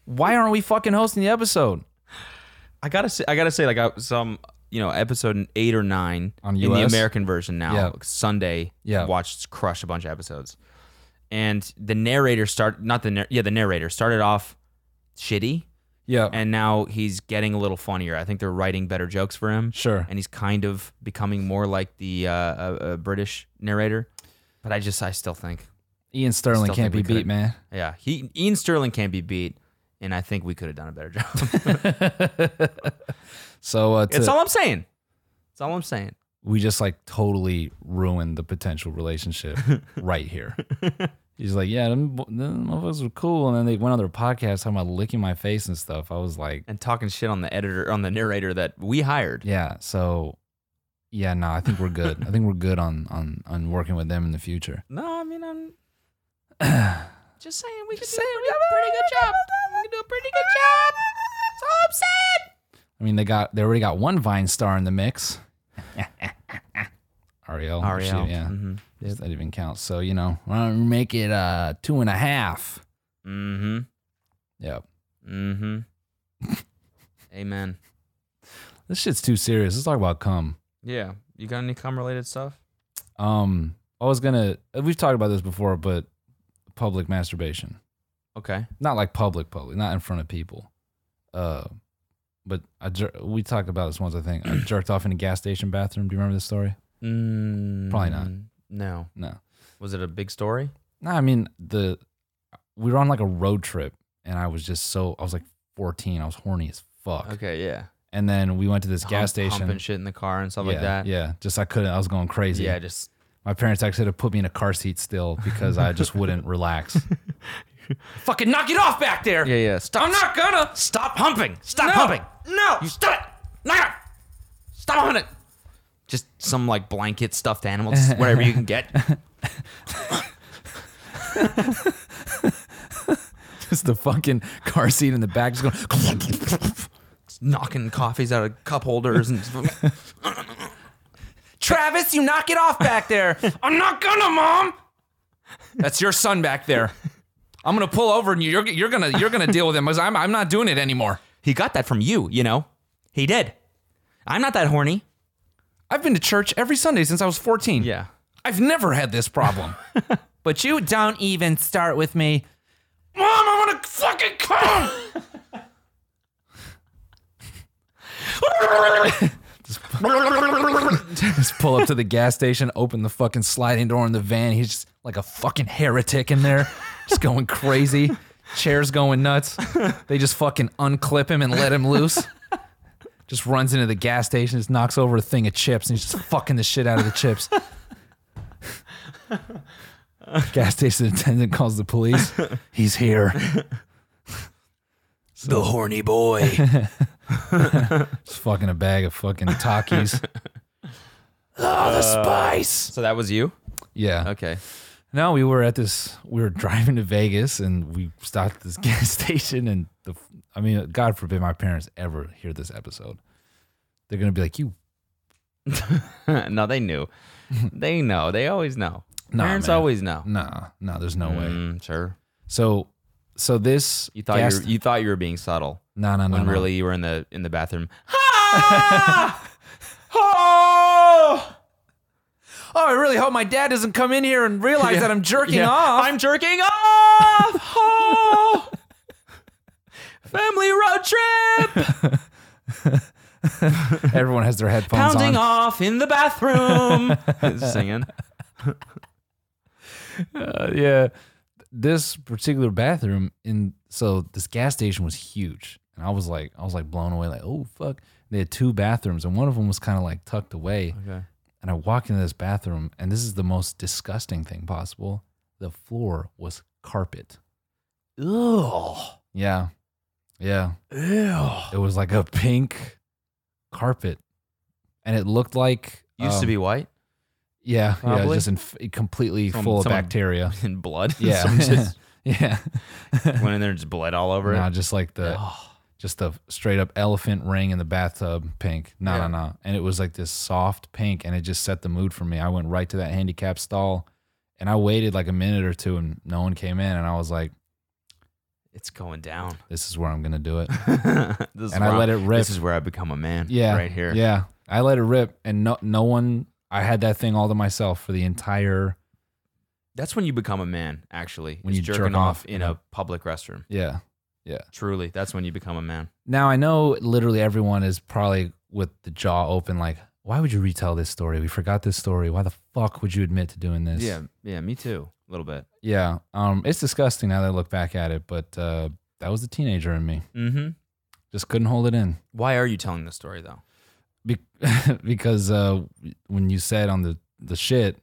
Speaker 1: Why aren't we fucking hosting the episode?
Speaker 2: I gotta say, I gotta say, like I, some, you know, episode eight or nine
Speaker 1: On
Speaker 2: in the
Speaker 1: US?
Speaker 2: American version now.
Speaker 1: Yeah.
Speaker 2: Sunday,
Speaker 1: Yeah.
Speaker 2: watched crush a bunch of episodes, and the narrator start not the nar- yeah the narrator started off shitty,
Speaker 1: Yeah.
Speaker 2: and now he's getting a little funnier. I think they're writing better jokes for him,
Speaker 1: sure.
Speaker 2: and he's kind of becoming more like the uh, uh, uh, British narrator. But I just, I still think,
Speaker 1: Ian Sterling
Speaker 2: Still
Speaker 1: can't
Speaker 2: think
Speaker 1: be
Speaker 2: we
Speaker 1: beat,
Speaker 2: could've-
Speaker 1: man.
Speaker 2: yeah, he Ian Sterling can't be beat, and I think we could have done a better [LAUGHS] job.
Speaker 1: So uh,
Speaker 2: That's
Speaker 1: to,
Speaker 2: all I'm saying. That's all I'm saying.
Speaker 1: we just like totally ruined the potential relationship right here. He's like, yeah, them, bo- them motherfuckers were cool, and then they went on their podcast talking about licking my face and stuff. I was like,
Speaker 2: and talking shit on the editor on the narrator that we hired.
Speaker 1: yeah, so yeah, no, I think we're good. I think we're good on on on working with them in the future.
Speaker 2: No, I
Speaker 1: [CLEARS THROAT]
Speaker 2: mean I'm just saying we
Speaker 1: Just
Speaker 2: could do
Speaker 1: saying,
Speaker 2: a pretty, pretty good job. We could do a pretty good job. That's all I'm saying.
Speaker 1: I mean, they got they already got one Vine star in the mix. [LAUGHS] Ariel, she-
Speaker 2: Ariel.
Speaker 1: Oh, yeah,
Speaker 2: Mm-hmm.
Speaker 1: that didn't even counts. So you know, why don't we make it uh two and a half?
Speaker 2: Mm-hmm.
Speaker 1: Yeah,
Speaker 2: Mm-hmm.
Speaker 1: [LAUGHS]
Speaker 2: Amen.
Speaker 1: this shit's too serious. Let's talk about cum.
Speaker 2: Yeah. You got any cum related stuff?
Speaker 1: Um, I was gonna. We've talked about this before, but public masturbation,
Speaker 2: Okay.
Speaker 1: not like public, public, not in front of people. Uh, but I jer- we talked about this once. I
Speaker 2: [CLEARS THROAT]
Speaker 1: think I jerked off in a gas station bathroom. Do you remember this story?
Speaker 2: Mm,
Speaker 1: Probably not.
Speaker 2: No.
Speaker 1: No.
Speaker 2: Was it a big story?
Speaker 1: No, I mean the we were on like a road trip, and I was just so I was like 14. I was horny as fuck.
Speaker 2: Okay. Yeah.
Speaker 1: And then we went to this gas
Speaker 2: Hump-
Speaker 1: station.
Speaker 2: Humping shit in the car and stuff
Speaker 1: yeah,
Speaker 2: like that.
Speaker 1: yeah. Just I couldn't. I was going crazy.
Speaker 2: Yeah. Just
Speaker 1: My parents actually had to put me in a car seat still because I just
Speaker 2: [LAUGHS]
Speaker 1: wouldn't relax.
Speaker 2: fucking knock it off back there. [LAUGHS] Yeah. Yeah. Stop. I'm not gonna stop humping. Stop humping.
Speaker 3: No!
Speaker 2: You stop it! No! Stop on it! Just some like blanket stuffed animal, just whatever you can [LAUGHS] get.
Speaker 1: Just the fucking car seat in the back, just going.
Speaker 2: Just knocking coffees out of cup holders and [LAUGHS]
Speaker 3: Travis, you knock it off back there. [LAUGHS]
Speaker 2: [LAUGHS]
Speaker 3: I'm not gonna, Mom. That's your son back there. I'm gonna pull over and you're you're gonna you're gonna deal with him because I'm I'm not doing it anymore.
Speaker 2: he got that from you, you know? He did. I'm not that horny.
Speaker 3: I've been to church every Sunday since I was 14.
Speaker 2: Yeah.
Speaker 3: I've never had this problem. but you don't even start with me. Mom, I wanna fucking come.
Speaker 1: just pull up to the gas station, open the fucking sliding door in the van. He's just like a fucking heretic in there, just going crazy. Chairs going nuts. They just fucking unclip him and let him loose. Just runs into the gas station, just knocks over a thing of chips, and he's just fucking the shit out of the chips. gas station attendant calls the police. He's here.
Speaker 2: The horny boy.
Speaker 1: Just fucking a bag of fucking [LAUGHS] Takis. oh, the spice.
Speaker 2: [LAUGHS] so that was you?
Speaker 1: Yeah.
Speaker 2: Okay. [LAUGHS]
Speaker 1: No, we were at this. We were driving to Vegas, and we stopped at this [LAUGHS] gas station. And the, I mean, God forbid my parents ever hear this episode. They're gonna be like, "You,
Speaker 2: no, they knew. They know. They always know.
Speaker 1: Nah,
Speaker 2: Parents
Speaker 1: man.
Speaker 2: always know.
Speaker 1: nah, nah, there's no way."
Speaker 2: Mm, sure.
Speaker 1: So, so this
Speaker 2: You thought
Speaker 1: gas,
Speaker 2: you were, you thought you were being subtle
Speaker 1: no, no, no,
Speaker 2: when
Speaker 1: no.
Speaker 2: really you were in the in the [LAUGHS] bathroom.
Speaker 3: Oh! Oh, I really hope my dad doesn't come in here and realize that I'm
Speaker 2: [LAUGHS]
Speaker 3: jerking
Speaker 2: Yeah. [LAUGHS]
Speaker 3: off.
Speaker 2: I'm jerking [LAUGHS] off. Oh. Family road trip.
Speaker 1: Everyone has their headphones on.
Speaker 2: Pounding off in the [LAUGHS] bathroom. Singing.
Speaker 1: Uh, yeah, this particular bathroom in so this gas station was huge, and I was like, I was like blown away, like, oh fuck. They had two bathrooms, and one of them was kind of like tucked away.
Speaker 2: Okay.
Speaker 1: and I walk into this bathroom, and this is the most disgusting thing possible. The floor was carpet.
Speaker 2: Ew.
Speaker 1: Yeah. Yeah.
Speaker 2: Ew.
Speaker 1: It was like a pink carpet. And it looked like.
Speaker 2: Used to
Speaker 1: um,
Speaker 2: be white [LAUGHS]
Speaker 1: Yeah. Yeah.
Speaker 2: probably.
Speaker 1: Just in, completely
Speaker 2: Some-
Speaker 1: full of
Speaker 2: some-
Speaker 1: bacteria. [LAUGHS]
Speaker 2: in blood.
Speaker 1: Yeah.
Speaker 2: [LAUGHS] So just
Speaker 1: Yeah.
Speaker 2: Went in there and just bled all over
Speaker 1: Nah,
Speaker 2: it.
Speaker 1: just like the just the straight up elephant ring in the bathtub pink. No,
Speaker 2: Yeah.
Speaker 1: no, no. And it was like this soft pink and it just set the mood for me. I went right to that handicap stall and I waited like a minute or two and no one came in and I was like,
Speaker 2: It's going down.
Speaker 1: This is where I'm gonna do it.
Speaker 2: [LAUGHS] this is
Speaker 1: And I
Speaker 2: where
Speaker 1: let
Speaker 2: I'm-
Speaker 1: it rip.
Speaker 2: [LAUGHS] This is where I become a man.
Speaker 1: Yeah.
Speaker 2: right here.
Speaker 1: Yeah. I let it rip and no no one I had that thing all to myself for the entire
Speaker 2: That's when you become a man. Actually,
Speaker 1: When
Speaker 2: is
Speaker 1: you jerk
Speaker 2: jerking off
Speaker 1: off
Speaker 2: in
Speaker 1: in
Speaker 2: a
Speaker 1: a-
Speaker 2: public restroom.
Speaker 1: Yeah.
Speaker 2: Truly, that's when you become a man.
Speaker 1: Now I know literally everyone is probably with the jaw open, like, why would you retell this story? We forgot this story. Why the fuck would you admit to doing this?
Speaker 2: Yeah, yeah, me too. A little bit.
Speaker 1: Yeah. Um, it's disgusting now that I look back at it, but uh, that was the teenager in me.
Speaker 2: Mm-hmm.
Speaker 1: Just couldn't hold it in. [LAUGHS]
Speaker 2: Why are you telling this story though?
Speaker 1: Be- because uh, when you said on the, the shit,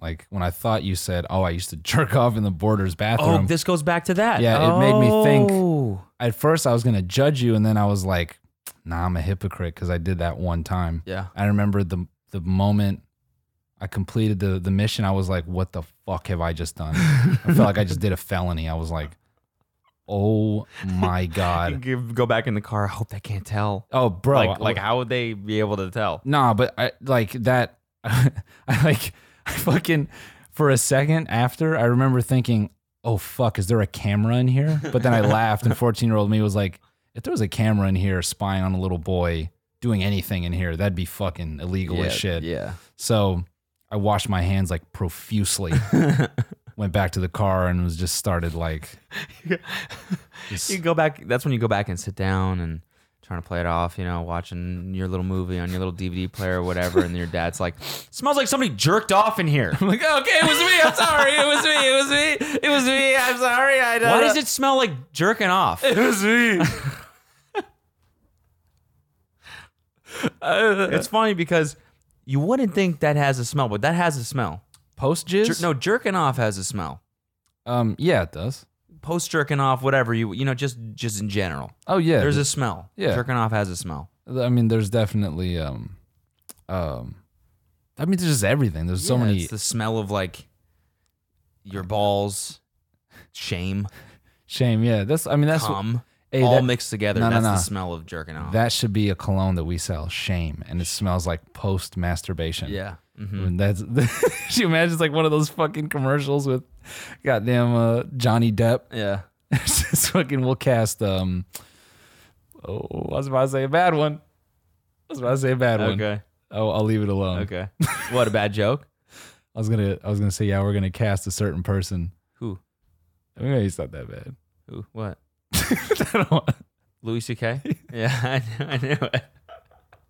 Speaker 1: like when I thought you said, oh, I used to [LAUGHS] jerk off in the boarder's bathroom.
Speaker 2: Oh, this goes back to that.
Speaker 1: Yeah, it made me think-
Speaker 2: Oh.
Speaker 1: at first, I was going to judge you, and then I was like, nah, I'm a hypocrite because I did that one time.
Speaker 2: Yeah, [LAUGHS]
Speaker 1: I remember the the moment I completed the the mission, I was like, "What the fuck have I just
Speaker 2: [LAUGHS]
Speaker 1: done?" I felt like I just did a felony. I was like, "Oh my god!"
Speaker 2: Give- go back in the car. I hope they can't tell.
Speaker 1: Oh, bro,
Speaker 2: like, like how would they be able to tell?
Speaker 1: nah, but I like that. [LAUGHS] I like I fucking for a second after I remember thinking, "Oh fuck, is there a camera in here?" But
Speaker 2: [LAUGHS]
Speaker 1: then I laughed, and fourteen year old me was like, "If there was a camera in here spying on a little boy." Doing anything in here, that'd be fucking illegal as shit.
Speaker 2: Yeah.
Speaker 1: So I washed my hands like
Speaker 2: [LAUGHS]
Speaker 1: profusely, went back to the car and was just started like,
Speaker 2: [LAUGHS] you go back. That's when you go back and sit down and trying to play it off. You know, watching your little movie on your little DVD player or whatever, and your dad's like, "Smells like somebody jerked off in here."
Speaker 3: I'm like, okay, it was me. I'm sorry. It was me. It was me. It was me. I'm sorry. I
Speaker 2: [LAUGHS]
Speaker 3: don't
Speaker 2: Why does it smell like jerking off?
Speaker 3: It was me.
Speaker 2: [LAUGHS] It's funny because you wouldn't think that has a smell, but that has a smell.
Speaker 1: post
Speaker 2: Jer-
Speaker 1: jizz?
Speaker 2: no, jerking off has a smell.
Speaker 1: Um, yeah, it does.
Speaker 2: Post jerking off, whatever you you know, just just in general.
Speaker 1: Oh, yeah.
Speaker 2: There's a smell.
Speaker 1: Yeah.
Speaker 2: Jerking off has a smell.
Speaker 1: I mean, there's definitely, um, um, I mean, there's just everything. There's so
Speaker 2: Yeah,
Speaker 1: many.
Speaker 2: It's the smell of like your balls, shame,
Speaker 1: shame. Yeah. That's, I mean, that's, what-
Speaker 2: cum,
Speaker 1: Hey,
Speaker 2: all
Speaker 1: that-
Speaker 2: mixed together.
Speaker 1: No, no,
Speaker 2: That's the
Speaker 1: no.
Speaker 2: smell of jerking off.
Speaker 1: that should be a cologne that we sell, shame. And it smells like post masturbation.
Speaker 2: yeah.
Speaker 1: I
Speaker 2: hmm
Speaker 1: mean, that's, [LAUGHS] she imagines like one of those fucking commercials with goddamn, uh, Johnny Depp. [LAUGHS]
Speaker 2: Yeah.
Speaker 1: It's just fucking we'll cast um oh I was about to say a bad one. I was about to say a bad one.
Speaker 2: Okay.
Speaker 1: Oh, I'll leave it alone. [LAUGHS]
Speaker 2: Okay. what a bad joke.
Speaker 1: I was gonna I was gonna say, yeah, we're gonna cast a certain person.
Speaker 2: Who?
Speaker 1: I mean, maybe it's not that bad.
Speaker 2: Who? What?
Speaker 1: I don't want- [LAUGHS]
Speaker 2: Louis C.K. yeah, I knew, I knew it.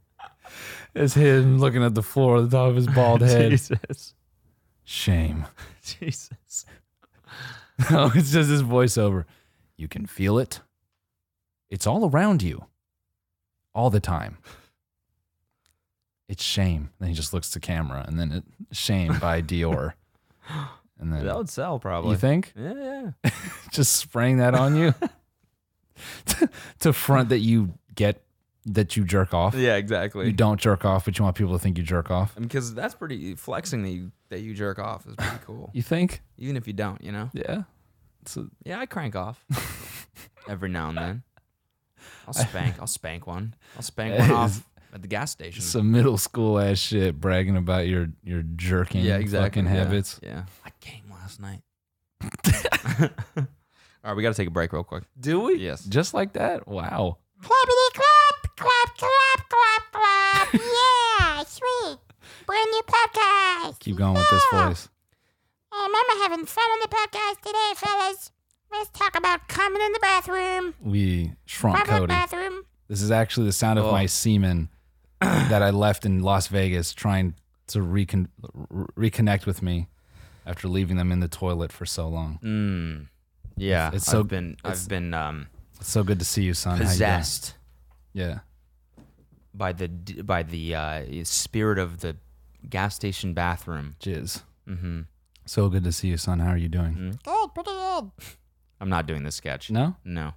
Speaker 1: [LAUGHS] it's him looking at the floor at [LAUGHS] the top of his
Speaker 2: [LAUGHS]
Speaker 1: bald head.
Speaker 2: Jesus.
Speaker 1: Shame. [LAUGHS]
Speaker 2: Jesus.
Speaker 1: No, it's just his voiceover. You can feel it. It's all around you. All the time. It's shame. Then he just looks to camera and then it shame
Speaker 2: [LAUGHS]
Speaker 1: by Dior. And then
Speaker 2: That would sell
Speaker 1: [LAUGHS]
Speaker 2: probably.
Speaker 1: you
Speaker 2: [LAUGHS]
Speaker 1: think?
Speaker 2: Yeah,
Speaker 1: Just spraying that on
Speaker 2: [LAUGHS]
Speaker 1: you [LAUGHS] to, to front that you get that you jerk off.
Speaker 2: yeah, exactly.
Speaker 1: You don't jerk off, but you want people to think you jerk off.
Speaker 2: because that's pretty flexing that you that you jerk off is pretty cool.
Speaker 1: You think?
Speaker 2: Even if you don't, you know.
Speaker 1: Yeah. [LAUGHS] It's a-
Speaker 2: Yeah, I crank off every now and then.
Speaker 1: [LAUGHS]
Speaker 2: I'll spank. I'll spank one. I'll spank one off at the gas station.
Speaker 1: some middle school ass shit bragging about your your jerking fucking
Speaker 2: yeah,
Speaker 1: habits.
Speaker 2: Yeah, I came
Speaker 1: [LAUGHS]
Speaker 2: last night. [LAUGHS] All right, we got to take a break real quick.
Speaker 1: Do we?
Speaker 2: Yes.
Speaker 1: Just like that? Wow.
Speaker 4: Clappity clap, clap, clap, clap,
Speaker 1: [LAUGHS]
Speaker 4: clap. yeah, sweet. Brand new podcast.
Speaker 1: Keep going with this
Speaker 4: Yeah.
Speaker 1: voice.
Speaker 4: I remember having fun on the podcast today, fellas. Let's talk about coming in the bathroom.
Speaker 1: We shrunk
Speaker 4: Coming in the
Speaker 1: Cody.
Speaker 4: bathroom.
Speaker 1: This is actually the sound of
Speaker 2: Oh.
Speaker 1: my
Speaker 2: [COUGHS]
Speaker 1: semen that I left in Las Vegas trying to recon- re- reconnect with me after leaving them in the toilet for so long.
Speaker 2: Mm. Yeah,
Speaker 1: It's
Speaker 2: I've
Speaker 1: so-
Speaker 2: been
Speaker 1: it's- Ah,
Speaker 2: I've been um,
Speaker 1: It's so good to see you, son. How you doing?
Speaker 2: possessed
Speaker 1: yeah.
Speaker 2: by the d- by the uh, spirit of the gas station bathroom.
Speaker 1: Jizz.
Speaker 2: Mm-hmm.
Speaker 1: So good to see you, son. How are you doing?
Speaker 4: Good, pretty good.
Speaker 2: I'm not doing this sketch.
Speaker 1: No? [LAUGHS]
Speaker 2: No.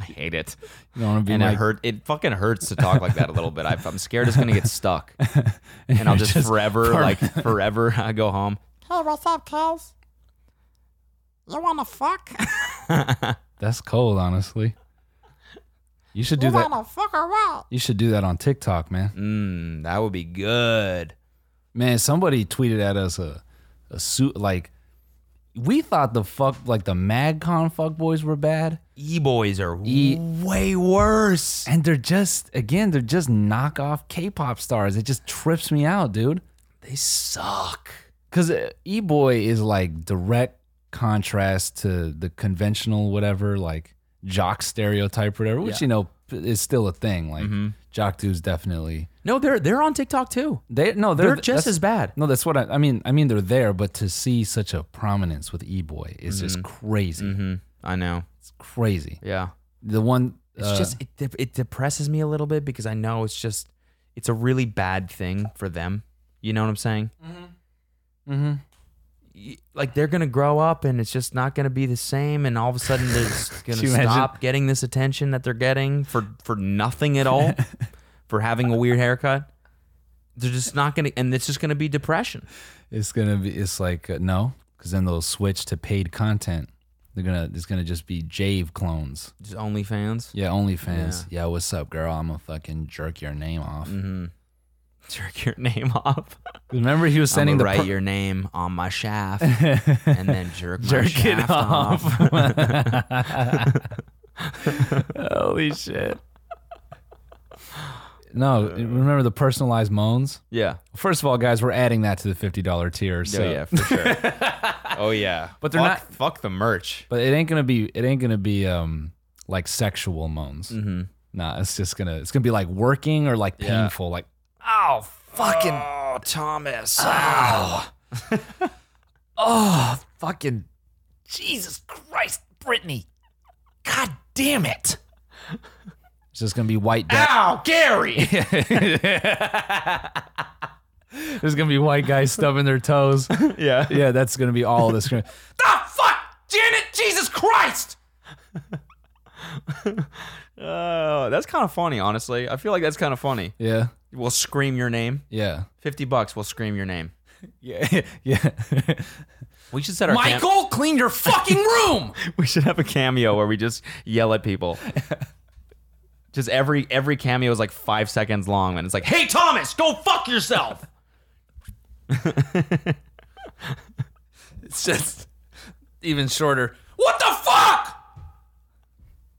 Speaker 2: I hate it.
Speaker 1: You don't want to be
Speaker 2: And
Speaker 1: like, [LAUGHS]
Speaker 2: it hurt it fucking hurts to talk like that a little bit. I, I'm scared it's gonna get stuck. And [LAUGHS] I'll just, forever, like forever I go home.
Speaker 4: Hey, what's up, cuz? You
Speaker 1: [LAUGHS]
Speaker 4: wanna fuck?
Speaker 1: That's cold, honestly. You should do
Speaker 4: you
Speaker 1: that.
Speaker 4: wanna fuck or what?
Speaker 1: You should do that on TikTok, man.
Speaker 2: Mm, that would be good.
Speaker 1: Man, somebody tweeted at us a a suit like we thought the fuck like the MagCon fuckboys were bad,
Speaker 2: E boys are
Speaker 1: E-
Speaker 2: way worse.
Speaker 1: and they're just again they're just knockoff K-pop stars. It just trips me out, dude.
Speaker 2: They suck.
Speaker 1: Because E Boy is like direct contrast to the conventional whatever, like jock stereotype, or whatever, which you know p- is still a thing. Like
Speaker 2: Mm-hmm.
Speaker 1: jock dudes definitely
Speaker 2: No, they're they're on TikTok too.
Speaker 1: they no they're,
Speaker 2: They're just
Speaker 1: that's-
Speaker 2: as bad.
Speaker 1: No, that's what I, I mean. I mean they're there, but to see such a prominence with E Boy is just crazy.
Speaker 2: Mm-hmm. I know.
Speaker 1: It's crazy.
Speaker 2: Yeah.
Speaker 1: The one
Speaker 2: It's
Speaker 1: uh,
Speaker 2: just it, de- it depresses me a little bit because I know it's just it's a really bad thing for them. You know what I'm saying?
Speaker 1: mhm.
Speaker 2: Y- Like they're gonna grow up and it's just not gonna be the same, and all of a sudden
Speaker 1: [LAUGHS]
Speaker 2: they're just gonna
Speaker 1: you imagine?
Speaker 2: stop getting this attention that they're getting for for nothing
Speaker 1: [LAUGHS]
Speaker 2: at all, for having a weird haircut. They're just not gonna, and it's just gonna be depression.
Speaker 1: it's gonna be. It's like uh, no, because then they'll switch to paid content. They're gonna. It's gonna just be Jave clones.
Speaker 2: Just OnlyFans.
Speaker 1: Yeah, OnlyFans. Yeah. what's up, girl? I'm gonna fucking jerk your name off.
Speaker 2: Mm-hmm. Jerk your name [LAUGHS] off.
Speaker 1: Remember, he was sending
Speaker 2: I'ma
Speaker 1: the
Speaker 2: write
Speaker 1: pro-
Speaker 2: your name on
Speaker 1: [LAUGHS]
Speaker 2: my shaft and then jerk, my
Speaker 1: jerk it
Speaker 2: shaft
Speaker 1: off.
Speaker 2: off.
Speaker 1: [LAUGHS] Holy
Speaker 2: [LAUGHS]
Speaker 1: shit! No, remember the personalized moans.
Speaker 2: Yeah.
Speaker 1: First of all, guys, we're adding that to the fifty dollar tier. So,
Speaker 2: oh yeah,
Speaker 1: [LAUGHS]
Speaker 2: for sure. oh yeah, but
Speaker 1: they're
Speaker 2: fuck, Fuck the merch.
Speaker 1: but it ain't gonna be. It ain't gonna be um like sexual moans. Mm-hmm. Nah, it's just gonna. It's gonna be like working or like
Speaker 2: Mm. Yeah.
Speaker 1: painful. Like
Speaker 2: Oh fucking. Oh Thomas. [LAUGHS]
Speaker 3: Oh, fucking Jesus Christ, Brittany. God damn it.
Speaker 1: it's just gonna be white. Dad.
Speaker 2: Ah!
Speaker 3: Ow, Gary.
Speaker 1: [LAUGHS] There's gonna be white guys stubbing their
Speaker 2: [LAUGHS]
Speaker 1: toes.
Speaker 2: [LAUGHS] Yeah.
Speaker 1: yeah, that's gonna be all the screen.
Speaker 3: the fuck? Janet, Jesus Christ.
Speaker 2: [LAUGHS] Oh, that's kind of funny, honestly. I feel like that's kind of funny.
Speaker 1: Yeah,
Speaker 2: We'll scream your name.
Speaker 1: yeah,
Speaker 2: Fifty bucks. We'll scream your name. [LAUGHS]
Speaker 1: yeah, [LAUGHS] yeah.
Speaker 2: We should set our cam-
Speaker 3: Michael, clean your fucking room.
Speaker 2: [LAUGHS] we should have a cameo where we just yell
Speaker 1: [LAUGHS]
Speaker 2: at people. just every every cameo is like five seconds long, and it's like, hey Thomas, go fuck yourself.
Speaker 3: [LAUGHS] It's just even shorter. What the fuck?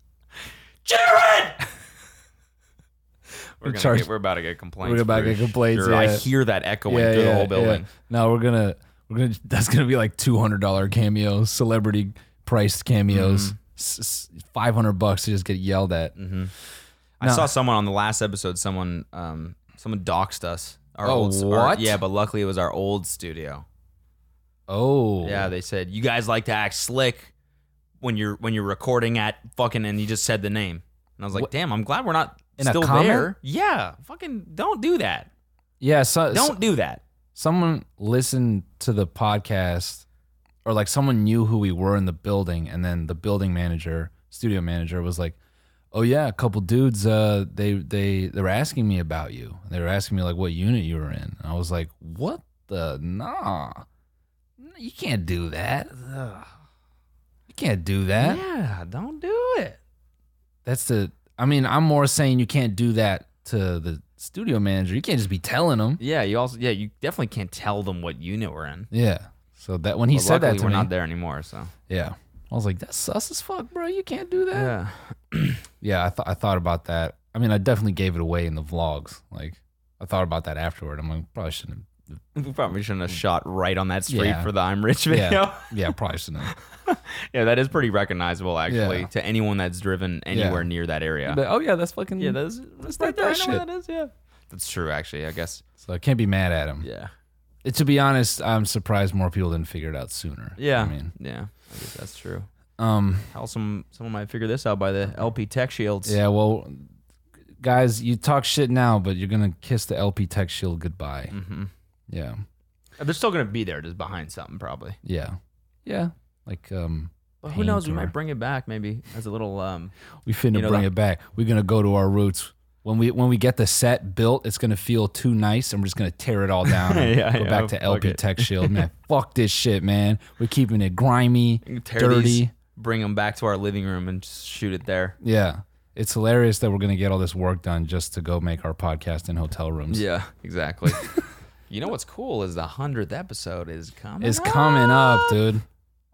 Speaker 1: [LAUGHS]
Speaker 3: Jared!
Speaker 2: We're, gonna
Speaker 1: charge-
Speaker 2: get, we're about to get complaints.
Speaker 1: we're about to
Speaker 2: for
Speaker 1: get complaints,
Speaker 2: sure. I
Speaker 1: yeah.
Speaker 2: hear that echoing
Speaker 1: yeah,
Speaker 2: through
Speaker 1: yeah,
Speaker 2: the whole building.
Speaker 1: yeah. No, we're gonna we're gonna [LAUGHS] that's gonna be like two hundred dollar cameos, celebrity priced
Speaker 2: Mm-hmm.
Speaker 1: cameos, five hundred bucks to just get yelled at.
Speaker 2: I saw someone on the last episode. Someone, um, someone doxed us. Our
Speaker 1: Oh,
Speaker 2: old, our-
Speaker 1: what?
Speaker 2: yeah, but luckily it was our old studio.
Speaker 1: Oh,
Speaker 2: Yeah, they said you guys like to act slick when you're when you're recording at fucking, and you just said the name, and I was like, damn, I'm glad we're not
Speaker 1: In a
Speaker 2: still
Speaker 1: comment?
Speaker 2: there. Yeah, fucking don't do that.
Speaker 1: yeah. So,
Speaker 2: Don't do that.
Speaker 1: someone listened to the podcast or like someone knew who we were in the building and then the building manager studio manager was like oh yeah a couple dudes uh they they they were asking me about you they were asking me like what unit you were in and i was like what the nah you can't do that Ugh. you can't do
Speaker 2: Eh?
Speaker 1: that
Speaker 2: Yeah, don't do it.
Speaker 1: that's the i mean i'm more saying you can't do that to the studio manager you can't just be telling them
Speaker 2: Yeah, you also yeah you definitely can't tell them what unit we're in.
Speaker 1: yeah so that when he
Speaker 2: But
Speaker 1: said that
Speaker 2: luckily
Speaker 1: to
Speaker 2: we're
Speaker 1: me,
Speaker 2: not there anymore. So
Speaker 1: Yeah. I was like, that's sus as fuck, bro. You can't do that. Yeah,
Speaker 2: yeah, [LAUGHS]
Speaker 1: I, th- I thought about that. I mean, I definitely gave it away in the vlogs. Like, I thought about that afterward. I'm like, probably shouldn't have.
Speaker 2: we probably shouldn't have shot right on that street
Speaker 1: Yeah.
Speaker 2: for the I'm Rich video. [LAUGHS]
Speaker 1: Yeah. yeah, probably shouldn't have.
Speaker 2: Yeah, that is pretty recognizable actually
Speaker 1: Yeah.
Speaker 2: to anyone that's driven anywhere near that area.
Speaker 1: [LAUGHS] But, oh, yeah, that's fucking.
Speaker 2: yeah, that's that's
Speaker 1: right
Speaker 2: right
Speaker 1: there.
Speaker 2: there.
Speaker 1: I know where that
Speaker 2: is. Yeah, that's true. Actually, I guess.
Speaker 1: so I can't be mad at him.
Speaker 2: Yeah.
Speaker 1: It- to be honest, I'm surprised more people didn't figure it out sooner.
Speaker 2: Yeah.
Speaker 1: I mean,
Speaker 2: yeah. I guess that's true.
Speaker 1: um,
Speaker 2: Hell, some someone might figure this out by the LP Tech Shields.
Speaker 1: yeah, well, guys, you talk shit now, but you're going to kiss the LP Tech Shield goodbye.
Speaker 2: Mhm.
Speaker 1: Yeah.
Speaker 2: They're still gonna be there, just behind something probably.
Speaker 1: Yeah. Yeah. Like, um,
Speaker 2: But who knows? We
Speaker 1: Paint or-
Speaker 2: might bring it back maybe as a little. um
Speaker 1: We finna
Speaker 2: You know,
Speaker 1: bring
Speaker 2: the-
Speaker 1: it back. We're gonna go to our roots. when we when we get the set built, it's gonna feel too nice, and we're just gonna tear it all
Speaker 2: [LAUGHS]
Speaker 1: down. And
Speaker 2: Yeah,
Speaker 1: go
Speaker 2: yeah,
Speaker 1: back to
Speaker 2: fuck
Speaker 1: LP
Speaker 2: it.
Speaker 1: Tech Shield,
Speaker 2: [LAUGHS]
Speaker 1: man. fuck this shit, man. We're keeping it grimy,
Speaker 2: Tear
Speaker 1: dirty.
Speaker 2: these, bring them back to our living room and just shoot it there.
Speaker 1: Yeah, it's hilarious that we're gonna get all this work done just to go make our podcast in hotel rooms.
Speaker 2: Yeah,
Speaker 1: [LAUGHS]
Speaker 2: exactly. you know what's cool is the hundredth episode is coming.
Speaker 1: It's
Speaker 2: up.
Speaker 1: coming up, dude.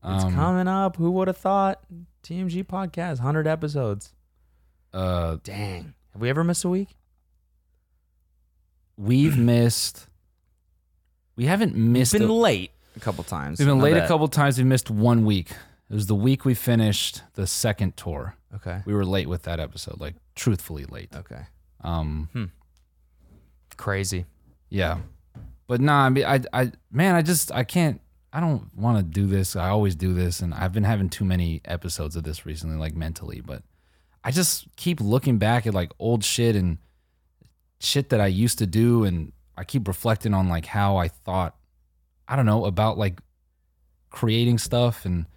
Speaker 2: It's
Speaker 1: Um,
Speaker 2: coming up. Who would have thought? TMG podcast, hundred episodes.
Speaker 1: uh,
Speaker 2: Dang. Have we ever missed a week? [CLEARS THROAT]
Speaker 1: we've missed. We haven't missed.
Speaker 2: It's been
Speaker 1: a-
Speaker 2: late a couple times.
Speaker 1: we've been
Speaker 2: I
Speaker 1: late a
Speaker 2: bet.
Speaker 1: couple times. We missed one week. It was the week we finished the second tour.
Speaker 2: Okay.
Speaker 1: We were late with that episode, like truthfully late.
Speaker 2: Okay.
Speaker 1: Um,
Speaker 2: Crazy.
Speaker 1: yeah, but nah, I mean, I, I, man, I just, I can't, I don't want to do this. I always do this, and I've been having too many episodes of this recently, like mentally. But I just keep looking back at like old shit and shit that I used to do, and I keep reflecting on like how I thought, I don't know, about like creating stuff, and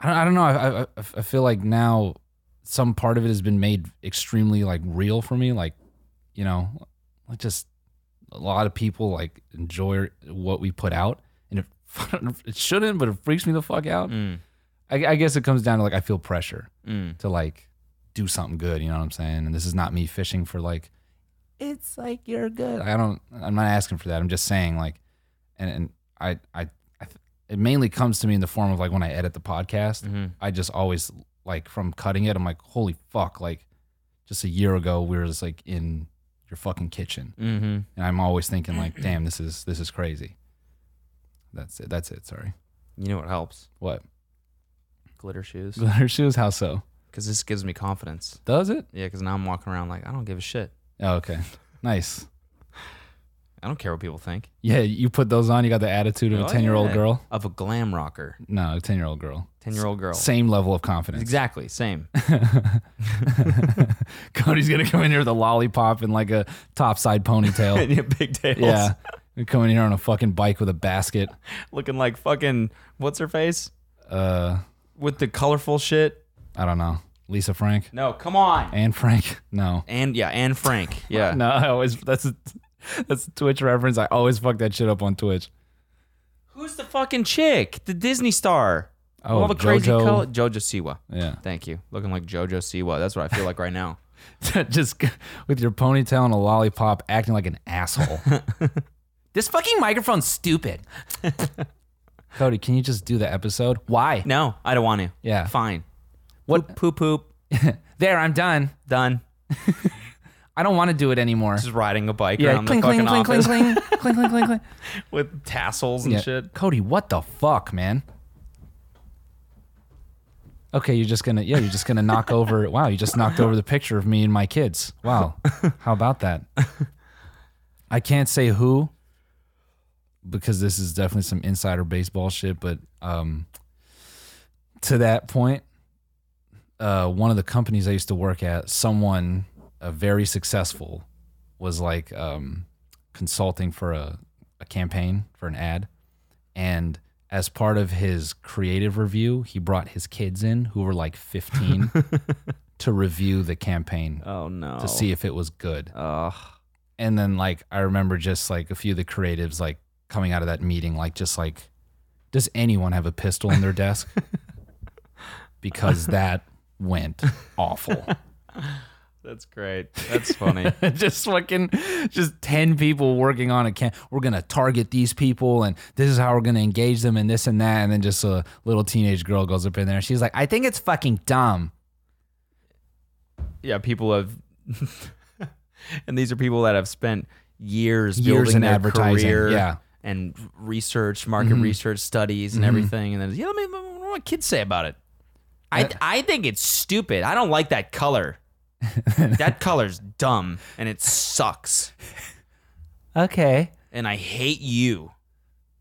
Speaker 1: I don't, I don't know. I, I, I- I feel like now some part of it has been made extremely like real for me, like you know, like just a lot of people like enjoy what we put out, and it, [LAUGHS] it shouldn't, but it freaks me the fuck out.
Speaker 2: Mm.
Speaker 1: I, I guess it comes down to like I feel pressure
Speaker 2: Mm.
Speaker 1: to like do something good. You know what I'm saying? And this is not me fishing for like, it's like you're good. I don't. I'm not asking for that. I'm just saying like, and and I I, I th- it mainly comes to me in the form of like when I edit the podcast.
Speaker 2: Mhm.
Speaker 1: I just always like from cutting it. I'm like, holy fuck! Like, just a year ago we were just like in your fucking kitchen,
Speaker 2: Mm-hmm.
Speaker 1: and I'm always thinking [CLEARS THROAT] like, damn, this is this is crazy. That's it. That's it. Sorry.
Speaker 2: You know what helps?
Speaker 1: [LAUGHS] What?
Speaker 2: Glitter shoes.
Speaker 1: Glitter shoes? How so?
Speaker 2: Because this gives me confidence.
Speaker 1: Does it?
Speaker 2: Yeah, because now I'm walking around like I don't give a shit.
Speaker 1: Oh, okay. Nice.
Speaker 2: I don't care what people think.
Speaker 1: Yeah, you put those on. You got the attitude of
Speaker 2: Oh,
Speaker 1: a ten year old
Speaker 2: yeah.
Speaker 1: girl.
Speaker 2: Of a glam rocker,
Speaker 1: No, a ten year old girl.
Speaker 2: ten year old girl.
Speaker 1: Same level of confidence.
Speaker 2: Exactly. [LAUGHS] Same.
Speaker 1: [LAUGHS] Cody's gonna come in here with a lollipop and like a topside [LAUGHS] ponytail.
Speaker 2: yeah, big tails.
Speaker 1: yeah, and come in here on a fucking bike with a basket.
Speaker 2: Looking like fucking what's her face
Speaker 1: Uh,
Speaker 2: with the colorful shit.
Speaker 1: I don't know. Lisa Frank
Speaker 2: No, come on.
Speaker 1: and Frank. [LAUGHS] No,
Speaker 2: And yeah, and Frank.
Speaker 1: [LAUGHS]
Speaker 2: Yeah.
Speaker 1: no. I always that's a, that's a Twitch reference. I always fuck that shit up on Twitch.
Speaker 2: Who's the fucking chick? The Disney star.
Speaker 1: Oh,
Speaker 2: All the crazy
Speaker 1: Jojo.
Speaker 2: color. Jojo Siwa.
Speaker 1: Yeah,
Speaker 2: Thank you. Looking like Jojo Siwa. That's what I feel like right now.
Speaker 1: [LAUGHS]
Speaker 2: [LAUGHS]
Speaker 1: just with your ponytail and a lollipop, acting like an [LAUGHS] asshole.
Speaker 3: This fucking
Speaker 1: [LAUGHS]
Speaker 3: microphone's stupid.
Speaker 1: Cody, can you just do the episode? Why?
Speaker 2: No, I don't want to.
Speaker 1: Yeah.
Speaker 2: Fine. What? Poop, poop.
Speaker 3: There, I'm done.
Speaker 2: Done.
Speaker 3: I don't want to do it anymore.
Speaker 2: Just riding a bike
Speaker 1: Yeah,
Speaker 2: around
Speaker 1: cling,
Speaker 2: the
Speaker 1: cling,
Speaker 2: fucking
Speaker 1: cling, cling,
Speaker 2: office
Speaker 1: cling, cling, cling, cling,
Speaker 2: [LAUGHS]
Speaker 1: cling.
Speaker 2: with tassels and
Speaker 1: Yeah.
Speaker 2: shit.
Speaker 1: Cody, what the fuck, man? Okay, you're just gonna yeah, you're just gonna knock
Speaker 2: [LAUGHS]
Speaker 1: over. Wow, you just knocked over the picture of me and my kids. Wow, how about
Speaker 2: [LAUGHS]
Speaker 1: that? I can't say who because this is definitely some insider baseball shit. But um, to that point, uh, one of the companies I used to work at, someone uh, very successful was like um, consulting for a, a campaign for an ad. And as part of his creative review, he brought his kids in who were like 15 to review the campaign
Speaker 2: Oh no.
Speaker 1: to see if it was good.
Speaker 2: Ugh.
Speaker 1: And then like I remember just like a few of the creatives like coming out of that meeting like just like does anyone have a pistol in their [LAUGHS] desk? because that went awful.
Speaker 2: That's great. That's funny.
Speaker 1: [LAUGHS] just fucking just 10 people working on a can we're gonna target these people and this is how we're gonna engage them and this and that and then just a little teenage girl goes up in there and she's like i think it's fucking dumb
Speaker 2: yeah, people have, [LAUGHS] and these are people that have spent years,
Speaker 1: Years
Speaker 2: building
Speaker 1: in
Speaker 2: their
Speaker 1: advertising,
Speaker 2: career,
Speaker 1: yeah. Mm-hmm.
Speaker 2: and research, market research studies, and everything. And then yeah, let me. What do my kids say about it? I I think it's stupid. I don't like
Speaker 1: [LAUGHS]
Speaker 2: that color. that color's dumb, and it sucks.
Speaker 1: okay
Speaker 2: And I hate you.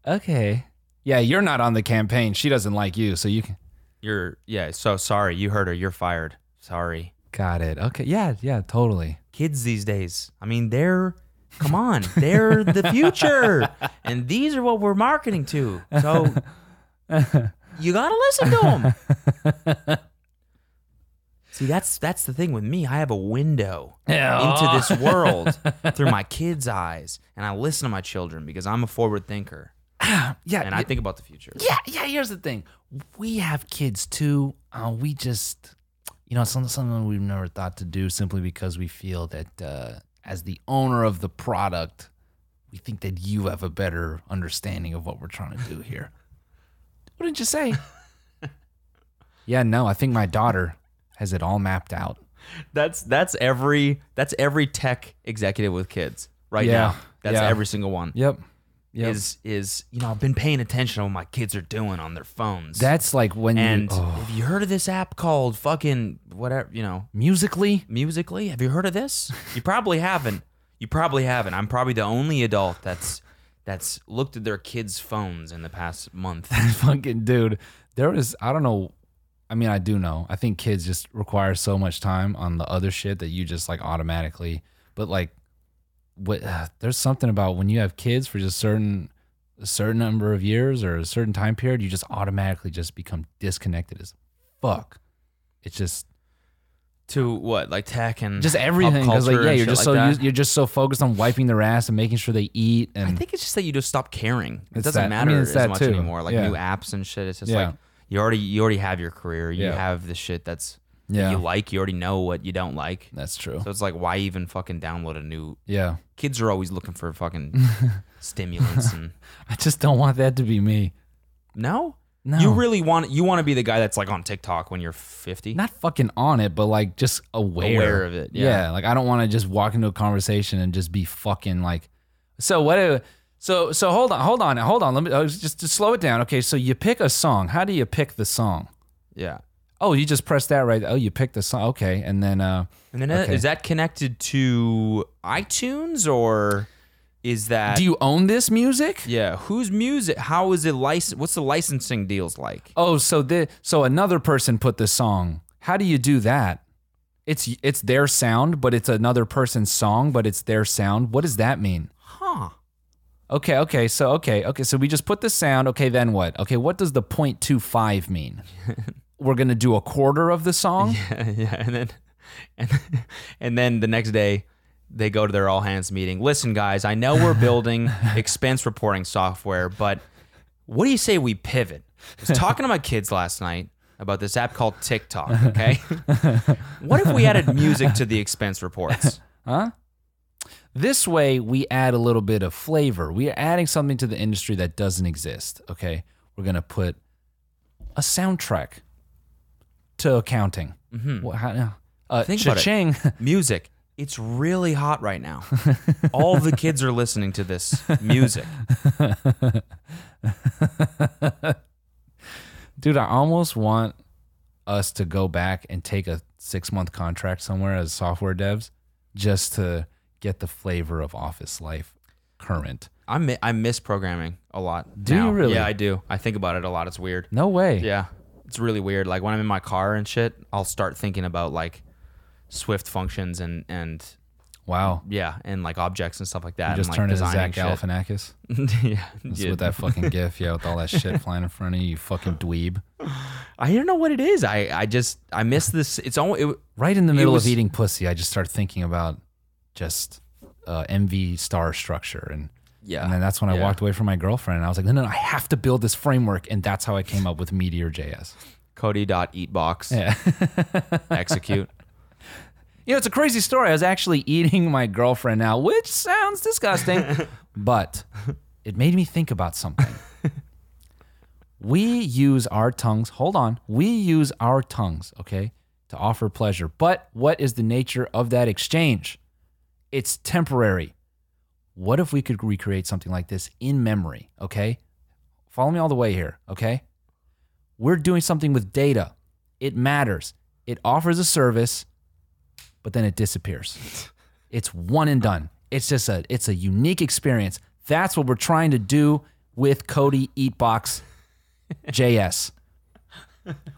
Speaker 1: okay yeah you're not on the campaign she doesn't like you so you can
Speaker 2: You're yeah. So sorry. You heard her. You're fired. Sorry.
Speaker 1: got it okay yeah yeah totally
Speaker 2: kids these days. I mean, they're come
Speaker 1: [LAUGHS]
Speaker 2: on, they're the future, and these are what we're marketing to. So
Speaker 1: [LAUGHS]
Speaker 2: you gotta listen to them. See, that's that's the thing with me. I have a window
Speaker 1: Yeah.
Speaker 2: into
Speaker 1: [LAUGHS]
Speaker 2: this world through my kids' eyes, and I listen to my children because I'm a forward thinker
Speaker 1: Yeah,
Speaker 2: and I think about the future.
Speaker 1: Yeah, yeah. Here's the thing: we have kids too. Uh, we just, you know, it's some- something we've never thought to do simply because we feel that uh, as the owner of the product, we think that you have a better understanding of what we're trying to [LAUGHS] do here. Wouldn't you say? [LAUGHS] yeah, no. I think my daughter has it all mapped out.
Speaker 2: That's that's every that's every tech executive with kids right
Speaker 1: Yeah.
Speaker 2: now. That's
Speaker 1: Yeah.
Speaker 2: every single one.
Speaker 1: Yep. Yep.
Speaker 2: Is is you know I've been paying attention to what my kids are doing on their phones.
Speaker 1: That's like when
Speaker 2: and
Speaker 1: you oh,
Speaker 2: have you heard of this app called fucking whatever you know
Speaker 1: musically.
Speaker 2: musically have you heard of this you probably haven't you probably haven't i'm probably the only adult that's that's looked at their kids phones in the past month
Speaker 1: [LAUGHS] fucking dude there was i don't know i mean i do know i think kids just require so much time on the other shit that you just like automatically but like what [SIGHS] uh, there's something about when you have kids for just certain a certain number of years or a certain time period you just automatically just become disconnected as fuck it's just
Speaker 2: to what like tech and
Speaker 1: just
Speaker 2: pop
Speaker 1: everything because like
Speaker 2: culture
Speaker 1: yeah
Speaker 2: and
Speaker 1: you're
Speaker 2: shit
Speaker 1: just
Speaker 2: like
Speaker 1: so
Speaker 2: that?
Speaker 1: used, you're just so focused on wiping their ass and making sure they eat and
Speaker 2: i think it's just that you just stop caring it
Speaker 1: It's
Speaker 2: doesn't
Speaker 1: that- I
Speaker 2: matter
Speaker 1: mean, it's
Speaker 2: as
Speaker 1: that
Speaker 2: much
Speaker 1: too.
Speaker 2: anymore like
Speaker 1: Yeah.
Speaker 2: new apps and shit it's just
Speaker 1: Yeah.
Speaker 2: like you already you already have your career you
Speaker 1: Yeah.
Speaker 2: have the shit that's that
Speaker 1: yeah
Speaker 2: you like you already know what you don't like
Speaker 1: that's true
Speaker 2: so it's like why even fucking download a new
Speaker 1: yeah
Speaker 2: kids are always looking for
Speaker 1: [LAUGHS]
Speaker 2: fucking stimulants and
Speaker 1: i just don't want that to be me
Speaker 2: no
Speaker 1: no
Speaker 2: You really want you want to be the guy that's like on TikTok when you're 50.
Speaker 1: not fucking on it, but like just aware,
Speaker 2: Aware of it, yeah.
Speaker 1: like I don't want to just walk into a conversation and just be fucking like. So what? do- So so hold on, hold on, hold on. Let me oh, just, just slow it down. Okay, so you pick a song. How do you pick the song?
Speaker 2: yeah.
Speaker 1: Oh, you just press that right. Oh, you pick the song. Okay, and then uh,
Speaker 2: And then
Speaker 1: Okay.
Speaker 2: is that connected to iTunes or is that
Speaker 1: do you own this music?
Speaker 2: Yeah, whose music? How is it license? What's the licensing deals like?
Speaker 1: Oh, so the so another person put the song. How do you do that? It's it's their sound, but it's another person's song, but it's their sound. What does that mean?
Speaker 2: Huh.
Speaker 1: Okay, okay, so okay, okay, so we just put the sound. Okay, then what? Okay, what does the 0.25
Speaker 2: [LAUGHS]
Speaker 1: mean? We're gonna do a quarter of the song.
Speaker 2: yeah, and then [LAUGHS] and, and then the next day they go to their all hands meeting. Listen, guys, I know we're
Speaker 1: [LAUGHS]
Speaker 2: building expense reporting software, but what do you say we pivot? I was talking to my kids last night about this app called TikTok,
Speaker 1: [LAUGHS]
Speaker 2: okay? what if we added music to the expense reports?
Speaker 1: This way, we add a little bit of flavor. We are adding something to the industry that doesn't exist. Okay, we're gonna put a soundtrack to accounting. Mm-hmm. What, how, uh,
Speaker 2: Think about it.
Speaker 1: cha-ching. [LAUGHS]
Speaker 2: Music. It's really hot right now. All the kids are listening to this music.
Speaker 1: Dude, I almost want us to go back and take a six month contract somewhere as software devs just to get the flavor of office life current.
Speaker 2: I mi- I miss programming a lot.
Speaker 1: Do you
Speaker 2: now.
Speaker 1: really?
Speaker 2: Yeah, I do. I think about it a lot. It's weird.
Speaker 1: No way.
Speaker 2: Yeah. It's really weird. Like when I'm in my car and shit, I'll start thinking about like Swift functions and and
Speaker 1: Wow.
Speaker 2: yeah, and like objects and stuff like that.
Speaker 1: You just
Speaker 2: and, like,
Speaker 1: turn into
Speaker 2: designing
Speaker 1: Zach
Speaker 2: shit.
Speaker 1: Galifianakis.
Speaker 2: [LAUGHS] yeah.
Speaker 1: That's
Speaker 2: yeah.
Speaker 1: with that fucking gif, yeah, with all that
Speaker 2: [LAUGHS]
Speaker 1: shit flying in front of you, you fucking dweeb.
Speaker 2: I don't know what it is. I I just I miss this. It's all it,
Speaker 1: Right in the middle
Speaker 2: was-
Speaker 1: of eating pussy, I just start thinking about just uh, MV star structure and
Speaker 2: yeah.
Speaker 1: And then that's when I
Speaker 2: Yeah.
Speaker 1: walked away from my girlfriend and I was like, no, no, I have to build this framework. And that's how I came up with Meteor.js.
Speaker 2: Cody.eatbox.
Speaker 1: Yeah. [LAUGHS]
Speaker 2: Execute.
Speaker 1: You know, it's a crazy story. I was actually eating my girlfriend now, which sounds disgusting, but it made me think about something. we use our tongues, hold on, we use our tongues, okay, to offer pleasure. But what is the nature of that exchange? It's temporary. What if we could recreate something like this in memory, okay? Follow me all the way here, okay? We're doing something with data. It matters. It offers a service but then it disappears. it's one and done. It's just a it's a unique experience. That's what we're trying to do with Cody Eatbox JS.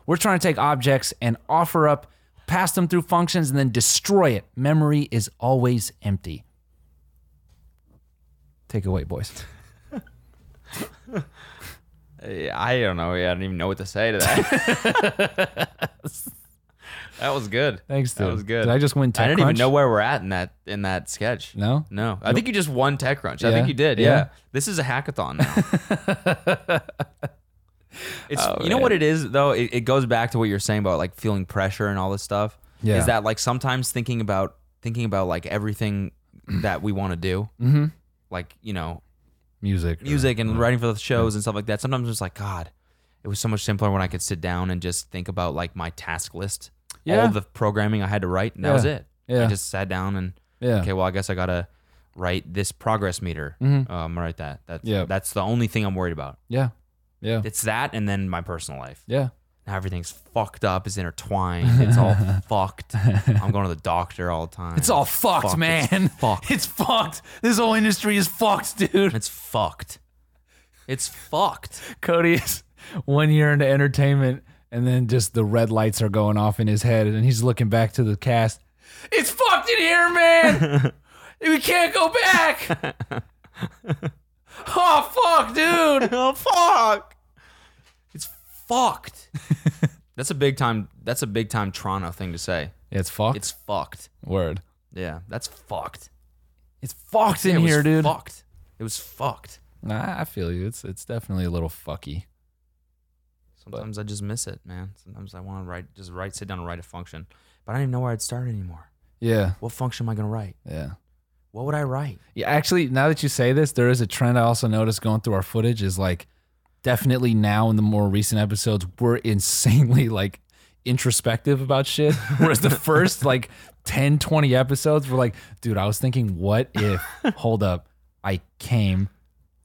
Speaker 1: We're trying to take objects and offer up, pass them through functions, and then destroy it. Memory is always empty. Take it away, boys.
Speaker 2: Yeah, I don't know. Yeah, I don't even know what to say to that. [LAUGHS] That was good.
Speaker 1: Thanks, dude.
Speaker 2: That was good.
Speaker 1: Did I just win
Speaker 2: I
Speaker 1: tech
Speaker 2: didn't even
Speaker 1: crunch?
Speaker 2: know where we're at in that in that sketch.
Speaker 1: No?
Speaker 2: No, I think you just won TechCrunch. I
Speaker 1: Yeah.
Speaker 2: think you did.
Speaker 1: Yeah.
Speaker 2: Yeah. This is a hackathon now.
Speaker 1: [LAUGHS]
Speaker 2: it's you know
Speaker 1: Oh, man.
Speaker 2: what it is though. It, it goes back to what you're saying about like feeling pressure and all this stuff.
Speaker 1: Yeah.
Speaker 2: Is that like sometimes thinking about thinking about like
Speaker 1: [CLEARS THROAT]
Speaker 2: everything that we want to do,
Speaker 1: Mm-hmm.
Speaker 2: like you know
Speaker 1: Music.
Speaker 2: music and writing for the shows and stuff like that. Sometimes it's like God, it was so much simpler when I could sit down and just think about like my task list,
Speaker 1: Yeah.
Speaker 2: all the programming I had to write, and that
Speaker 1: Yeah.
Speaker 2: was it.
Speaker 1: Yeah.
Speaker 2: I just sat down and
Speaker 1: Yeah.
Speaker 2: okay, well, I guess I gotta write this progress meter. Um, write that. That's
Speaker 1: Yeah.
Speaker 2: That's the only thing I'm worried about.
Speaker 1: Yeah. Yeah.
Speaker 2: It's that, and then my personal life.
Speaker 1: Yeah.
Speaker 2: Now everything's fucked up. It's intertwined. It's all fucked. I'm going to the doctor all the time.
Speaker 3: It's all fucked,
Speaker 2: Fuck,
Speaker 3: man.
Speaker 1: [LAUGHS]
Speaker 2: It's fucked.
Speaker 3: It's fucked. This whole industry is fucked,
Speaker 2: [LAUGHS]
Speaker 3: dude.
Speaker 2: It's fucked. It's fucked.
Speaker 1: Cody is one year into entertainment, and then just the red lights are going off in his head, and he's looking back to the cast.
Speaker 3: It's fucked in here, man.
Speaker 2: [LAUGHS]
Speaker 3: we can't go back. oh
Speaker 2: [LAUGHS]
Speaker 3: fuck, dude.
Speaker 2: Oh fuck. It's fucked. [LAUGHS] that's a big time. That's a big time Toronto thing to say.
Speaker 1: It's fucked.
Speaker 2: It's fucked.
Speaker 1: word.
Speaker 2: Yeah, that's fucked.
Speaker 1: It's fucked
Speaker 2: Yeah,
Speaker 1: in
Speaker 2: it was
Speaker 1: here, dude.
Speaker 2: Fucked. It was fucked.
Speaker 1: Nah, I feel you. It's it's definitely a little fucky.
Speaker 2: Sometimes I just miss it, man. Sometimes I want to write, just write, sit down and write a function, but I don't even know where I'd start anymore.
Speaker 1: Yeah.
Speaker 2: What function am I gonna write?
Speaker 1: Yeah.
Speaker 2: What would I write?
Speaker 1: Yeah, actually, now that you say this, there is a trend I also noticed going through our footage is like definitely now in the more recent episodes, we're insanely like introspective about shit. Whereas the first like 10, 20 episodes, we're like, dude, I was thinking, what if, hold up, I came,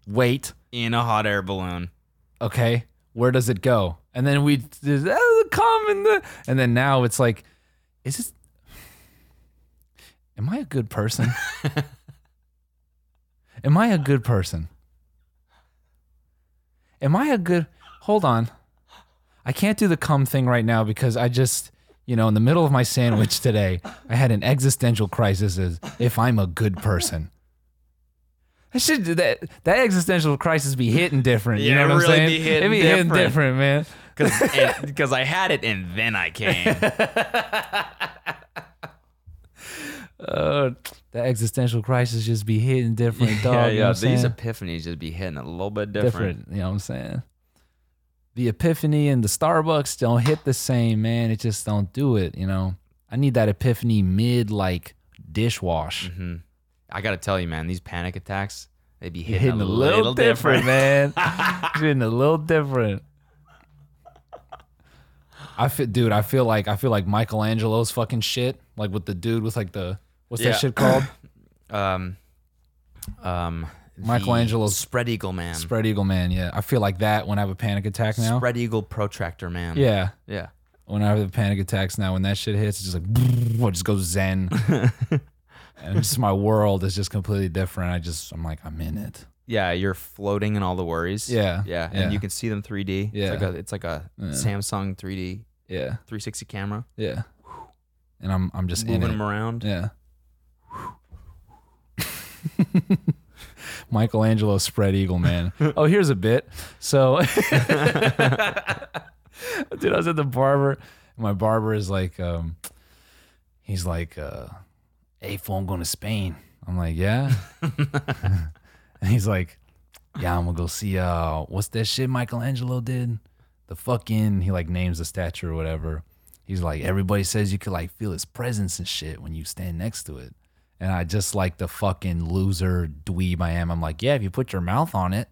Speaker 1: wait,
Speaker 2: In a hot air balloon.
Speaker 1: okay, where does it go? And then we just, "Ah, the come and the, and then now it's like, is this, am I a good
Speaker 2: [LAUGHS]
Speaker 1: person? am I a good person? Am I a good, hold on. I can't do the come thing right now because I just, you know, in the middle of my sandwich today, I had an existential crisis as if I'm a good person. I should do that. That existential crisis be hitting different. you
Speaker 2: Yeah,
Speaker 1: know
Speaker 2: it
Speaker 1: what
Speaker 2: really
Speaker 1: I'm
Speaker 2: be
Speaker 1: saying?
Speaker 2: hitting
Speaker 1: it be hitting
Speaker 2: different.
Speaker 1: different, man.
Speaker 2: [LAUGHS] Because I had it and then I came. [LAUGHS]
Speaker 1: Uh, that existential crisis just be hitting different, dog.
Speaker 2: [LAUGHS] yeah,
Speaker 1: you know
Speaker 2: yeah.
Speaker 1: what I'm
Speaker 2: These
Speaker 1: saying?
Speaker 2: epiphanies just be hitting a little bit different.
Speaker 1: different. You know what I'm saying? The epiphany and the Starbucks don't hit the same, man. It just don't do it. You know, I need that epiphany mid like dishwash.
Speaker 2: Mm-hmm. I gotta tell you, man, these panic attacks, they be hitting,
Speaker 1: Hitting,
Speaker 2: a, little, different. [LAUGHS]
Speaker 1: man. hitting a little different. I feel, dude. I feel like I feel like Michelangelo's fucking shit. Like with the dude with like the what's
Speaker 2: Yeah.
Speaker 1: that shit
Speaker 2: [CLEARS THROAT]
Speaker 1: called?
Speaker 2: Um, [LAUGHS] um, the
Speaker 1: Michelangelo's-
Speaker 2: spread eagle man, spread,
Speaker 1: Spread eagle man. Yeah, I feel like that when I have a panic attack now.
Speaker 2: eagle protractor man.
Speaker 1: Yeah,
Speaker 2: yeah.
Speaker 1: when I have the panic attacks now, when that shit hits, it's just like [LAUGHS] I just go zen, and just my world is just completely different. I just I'm like I'm in it.
Speaker 2: Yeah, you're floating in all the worries.
Speaker 1: Yeah,
Speaker 2: Yeah.
Speaker 1: yeah.
Speaker 2: And you can see them 3D.
Speaker 1: Yeah.
Speaker 2: It's like a, it's like a Samsung 3D
Speaker 1: Yeah,
Speaker 2: 360 camera.
Speaker 1: yeah, and I'm I'm just in
Speaker 2: Moving
Speaker 1: it.
Speaker 2: them around.
Speaker 1: Yeah. [LAUGHS] Michelangelo spread eagle man. [LAUGHS] Oh, here's a bit. So, [LAUGHS] dude, I was at the barber. And my barber is like, um, he's like, uh, hey, fool, I'm going to Spain. I'm like, yeah. and [LAUGHS] he's like, yeah, I'm gonna go see uh, what's that shit Michelangelo did? The fucking he like names the statue or whatever. He's like, everybody says you could like feel his presence and shit when you stand next to it. And I just like the fucking loser dweeb I am. I'm like, yeah, if you put your mouth on it.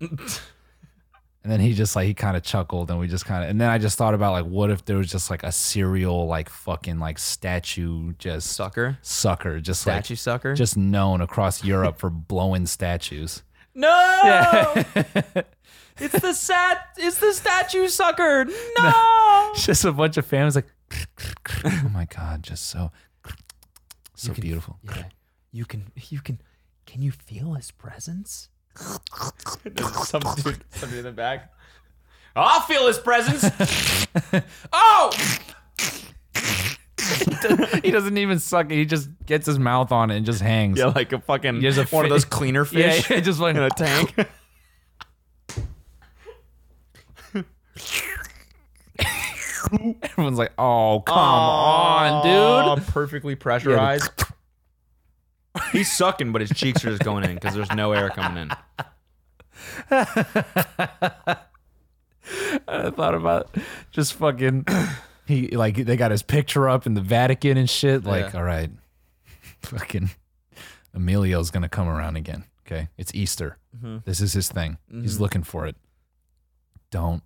Speaker 1: and then he just like he kind of chuckled and we just kind of and then I just thought about like what if there was just like a serial like fucking like statue just
Speaker 2: Sucker.
Speaker 1: sucker just like
Speaker 2: Statue sucker.
Speaker 1: just known across Europe for blowing
Speaker 2: [LAUGHS]
Speaker 1: statues.
Speaker 2: no. [LAUGHS] Oh. it's the sat. It's the
Speaker 1: [LAUGHS]
Speaker 2: statue sucker. No.
Speaker 1: [LAUGHS] just a bunch of families like, oh my god, just so, so beautiful.
Speaker 2: Yeah. You can. You can. Can you feel his [LAUGHS] presence? some dude. Somebody in the back. [LAUGHS] I'll feel his
Speaker 1: [LAUGHS]
Speaker 2: presence.
Speaker 3: Oh,
Speaker 1: [LAUGHS] he doesn't even suck it. He just gets his mouth on it and just hangs.
Speaker 2: yeah, like a fucking
Speaker 1: Here's a
Speaker 2: one of
Speaker 1: fi-
Speaker 2: those cleaner
Speaker 1: [LAUGHS] yeah,
Speaker 2: fish
Speaker 1: yeah, just like
Speaker 2: in a tank.
Speaker 1: [LAUGHS] Everyone's like, "Oh, come on, dude!"
Speaker 2: [LAUGHS] perfectly pressurized. He's sucking, but his cheeks are just going in because there's no air coming in.
Speaker 1: I thought about just fucking. [CLEARS THROAT] He like they got his picture up in the Vatican and shit. Like,
Speaker 2: Yeah.
Speaker 1: all right, [LAUGHS] fucking Emilio's gonna come around again. Okay, it's Easter. This is his thing. He's looking for it. Don't.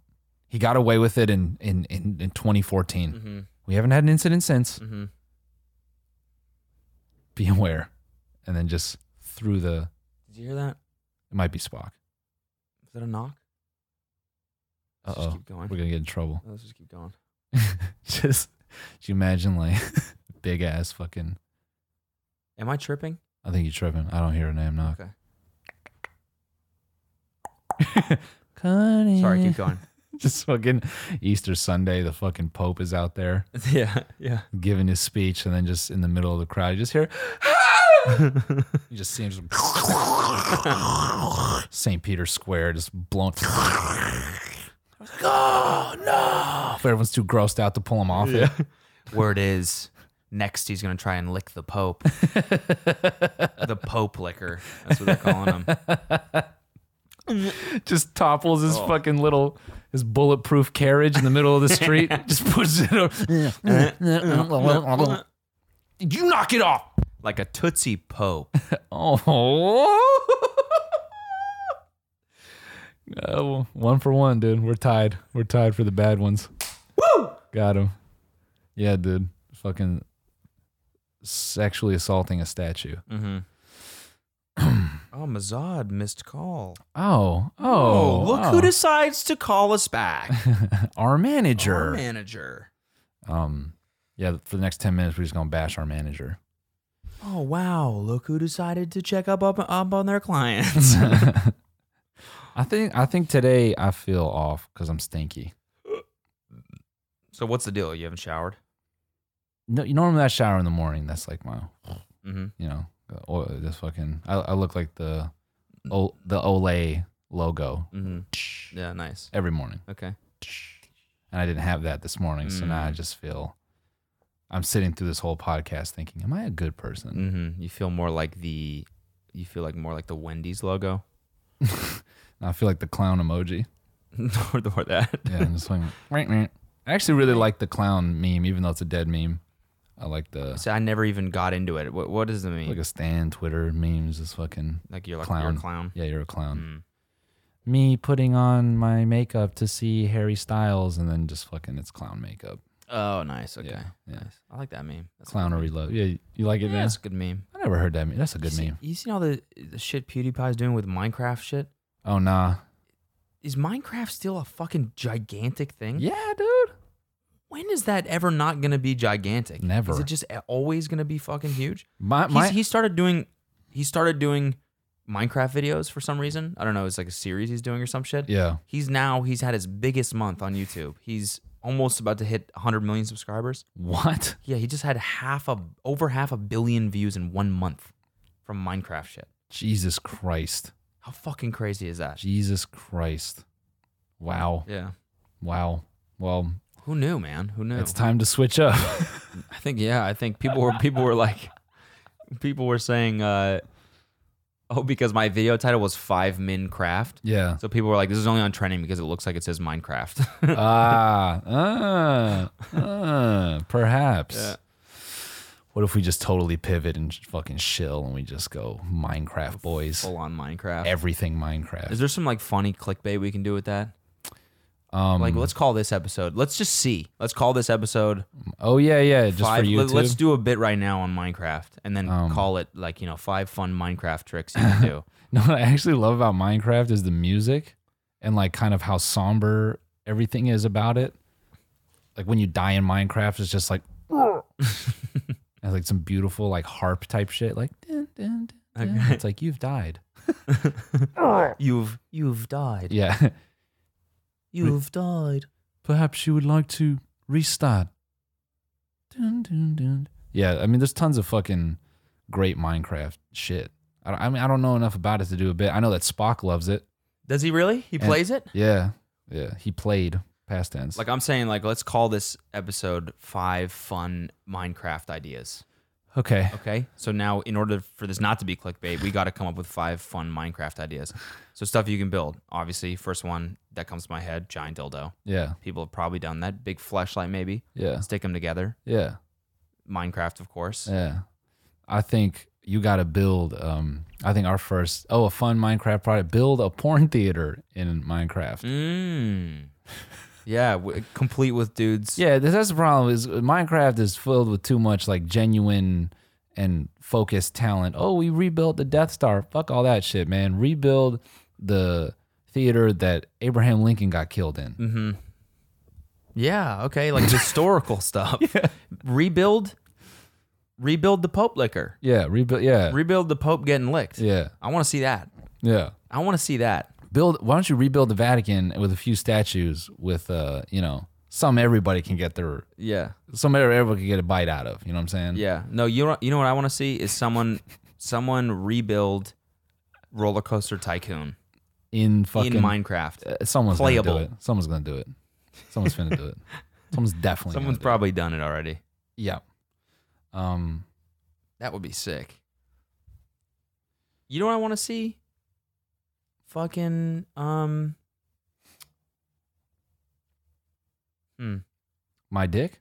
Speaker 1: He got away with it in in in, in 2014.
Speaker 2: Mm-hmm,
Speaker 1: We haven't had an incident since.
Speaker 2: Mhm.
Speaker 1: Be aware, and then just through the.
Speaker 2: Did you hear that?
Speaker 1: It might be Spock.
Speaker 2: Is that a knock?
Speaker 1: Uh
Speaker 2: Let's just
Speaker 1: oh,
Speaker 2: keep going.
Speaker 1: we're gonna get in trouble.
Speaker 2: Let's just keep going.
Speaker 1: [LAUGHS] just, could you imagine like [LAUGHS] big ass fucking?
Speaker 2: Am I tripping?
Speaker 1: I think you're tripping. I don't hear a name knock.
Speaker 2: Okay.
Speaker 1: [LAUGHS] Cutting.
Speaker 2: Sorry, keep going.
Speaker 1: [LAUGHS] Just fucking Easter Sunday, the fucking Pope is out there
Speaker 2: [LAUGHS] yeah, yeah.
Speaker 1: giving his speech, and then just in the middle of the crowd, you just hear. you just [LAUGHS] see him just St. Peter's Square, just blown. [LAUGHS] oh no! If everyone's too grossed out to pull him off [LAUGHS] it.
Speaker 2: Word is next he's gonna try and lick the [LAUGHS] Pope. the Pope licker. That's what they're calling [LAUGHS] him.
Speaker 1: just topples his fucking little his bulletproof carriage in the middle of the street. just pushes it over.
Speaker 3: You knock it off.
Speaker 2: Like a Tootsie Pope.
Speaker 1: oh. [LAUGHS] Uh, well, one for one, dude. We're tied. We're tied for the bad ones. Woo! Got him. Yeah, dude. Fucking sexually assaulting a statue.
Speaker 2: Mm-hmm. [CLEARS THROAT] oh, Mazad missed call.
Speaker 1: Oh, oh.
Speaker 2: Oh, look who
Speaker 1: oh.
Speaker 2: decides to call us back.
Speaker 1: [LAUGHS] our manager.
Speaker 2: Our manager.
Speaker 1: Um, yeah. For the next ten minutes, we're just gonna bash our manager. [LAUGHS]
Speaker 2: Oh wow! Look who decided to check up up, up on their [LAUGHS] clients.
Speaker 1: I think I think today I feel off because I'm stinky.
Speaker 2: so what's the deal? You haven't showered?
Speaker 1: No, you normally I shower in the morning. That's like my,
Speaker 2: Mm-hmm.
Speaker 1: you know, the oil, this fucking. I, I look like the, o, the Olay logo
Speaker 2: Mm-hmm. Yeah, nice.
Speaker 1: every morning,
Speaker 2: Okay.
Speaker 1: and I didn't have that this morning, so now I just feel. I'm sitting through this whole podcast thinking, am I a good person?
Speaker 2: Mm-hmm. You feel more like the, you feel like more like the Wendy's logo, [LAUGHS]
Speaker 1: And I feel like the clown emoji.
Speaker 2: or, the, or that.
Speaker 1: Yeah, I'm just like, [LAUGHS] "Meow, meow." I actually really like the clown meme, even though it's a dead meme. I like the
Speaker 2: So I never even got into it. What What does it mean?
Speaker 1: like
Speaker 2: Like,
Speaker 1: a Stan Twitter memes. This fucking
Speaker 2: you're like
Speaker 1: clown.
Speaker 2: you're a clown.
Speaker 1: Yeah, you're a clown. Me putting on my makeup to see Harry Styles and then just fucking it's clown makeup.
Speaker 2: Oh, nice. Okay.
Speaker 1: Yeah, yeah.
Speaker 2: Nice. I like that meme. That's a good
Speaker 1: Clownery love. Yeah, you like it,
Speaker 2: meme.
Speaker 1: man?
Speaker 2: That's a good meme.
Speaker 1: I never heard that meme. That's a good
Speaker 2: you
Speaker 1: meme.
Speaker 2: See, you seen all the the shit PewDiePie's doing with Minecraft shit?
Speaker 1: Oh nah.
Speaker 2: Is Minecraft still a fucking gigantic thing?
Speaker 1: Yeah, dude.
Speaker 2: When is that ever not going to be gigantic?
Speaker 1: Never.
Speaker 2: Is it just a- always going to be fucking huge?
Speaker 1: My
Speaker 2: He's,
Speaker 1: my
Speaker 2: he started doing, he started doing Minecraft videos for some reason. I don't know. It's like a series he's doing or some shit.
Speaker 1: Yeah.
Speaker 2: He's now he's had his biggest month on YouTube. He's almost about to hit 100 million subscribers.
Speaker 1: What?
Speaker 2: Yeah, he just had half a over half a billion views in one month from Minecraft shit.
Speaker 1: Jesus Christ.
Speaker 2: How fucking crazy is that?
Speaker 1: Jesus Christ. Wow.
Speaker 2: Yeah.
Speaker 1: Wow. Well,
Speaker 2: Who knew, man? Who knew?
Speaker 1: it's time to switch up. [LAUGHS]
Speaker 2: I think yeah. I think people were people were like, people were saying, uh, oh, because my video title was five min craft.
Speaker 1: yeah.
Speaker 2: So people were like, this is only on trending because it looks like it says Minecraft.
Speaker 1: Uh, ah, uh, uh, perhaps.
Speaker 2: Yeah.
Speaker 1: What if we just totally pivot and sh- fucking shill and we just go Minecraft boys?
Speaker 2: [LAUGHS] Full on Minecraft.
Speaker 1: Everything
Speaker 2: is
Speaker 1: Minecraft.
Speaker 2: there some like funny clickbait we can do with that?
Speaker 1: Um,
Speaker 2: Like, let's call this episode. Let's just see. Let's call this episode
Speaker 1: oh yeah, yeah. Just
Speaker 2: five.
Speaker 1: for
Speaker 2: let-
Speaker 1: YouTube.
Speaker 2: Let's do a bit right now on Minecraft, and then
Speaker 1: Um.
Speaker 2: call it like you know five fun Minecraft tricks
Speaker 1: [LAUGHS]
Speaker 2: you can do.
Speaker 1: no, what I actually love about Minecraft is the music and like kind of how somber everything is about it. Like when you die in Minecraft, it's just like. [LAUGHS] Has like some beautiful like harp type shit like dun, dun, dun, dun.
Speaker 2: Okay.
Speaker 1: it's like you've died
Speaker 2: you've you've died.
Speaker 1: yeah [LAUGHS]
Speaker 2: You've died.
Speaker 1: Perhaps you would like to restart. Dun, dun, dun. Yeah, I mean, there's tons of fucking great Minecraft shit. I, don't- I mean, I don't know enough about it to do a bit. I know that Spock loves it.
Speaker 2: Does he really? He plays it.
Speaker 1: Yeah, yeah. He played past tense.
Speaker 2: Like I'm saying, like let's call this episode five fun Minecraft ideas.
Speaker 1: okay.
Speaker 2: Okay. So now, in order for this not to be clickbait, we got to come up with five fun Minecraft ideas. So stuff you can build. Obviously, first one that comes to my head: giant dildo.
Speaker 1: Yeah.
Speaker 2: People have probably done that. Big flashlight, maybe.
Speaker 1: Yeah.
Speaker 2: Stick them together.
Speaker 1: Yeah.
Speaker 2: Minecraft, of course.
Speaker 1: Yeah. I think you got to build. Um, I think our first, oh, a fun Minecraft project, build a porn theater in Minecraft.
Speaker 2: Mm. [LAUGHS] Yeah, w- complete with dudes.
Speaker 1: Yeah, th- that's the problem. Is uh, Minecraft is filled with too much like genuine and focused talent. Oh, we rebuilt the Death Star. Fuck all that shit, man. Rebuild the theater that Abraham Lincoln got killed in.
Speaker 2: Yeah,
Speaker 1: [LAUGHS]
Speaker 2: okay, like historical stuff. Rebuild, rebuild the Pope liquor.
Speaker 1: Yeah, rebuild. Yeah,
Speaker 2: Rebuild the Pope getting licked.
Speaker 1: yeah,
Speaker 2: I want to see that.
Speaker 1: yeah.
Speaker 2: I want to see that.
Speaker 1: Build. Why don't you rebuild the Vatican with a few statues? With uh, you know, some everybody can get their
Speaker 2: Yeah,
Speaker 1: some everybody can get a bite out of. You know what I'm saying?
Speaker 2: yeah. No, you know, you know what I want to see is someone, someone rebuild roller coaster tycoon
Speaker 1: In fucking
Speaker 2: in Minecraft.
Speaker 1: uh, someone's
Speaker 2: playable.
Speaker 1: Gonna do it. Someone's gonna do it. Someone's finna
Speaker 2: [LAUGHS]
Speaker 1: do it. Someone's definitely. gonna
Speaker 2: Someone's
Speaker 1: do
Speaker 2: probably done it already.
Speaker 1: it. Yeah. Um.
Speaker 2: That would be sick. You know what I want to see? Fucking um. Hmm.
Speaker 1: My dick?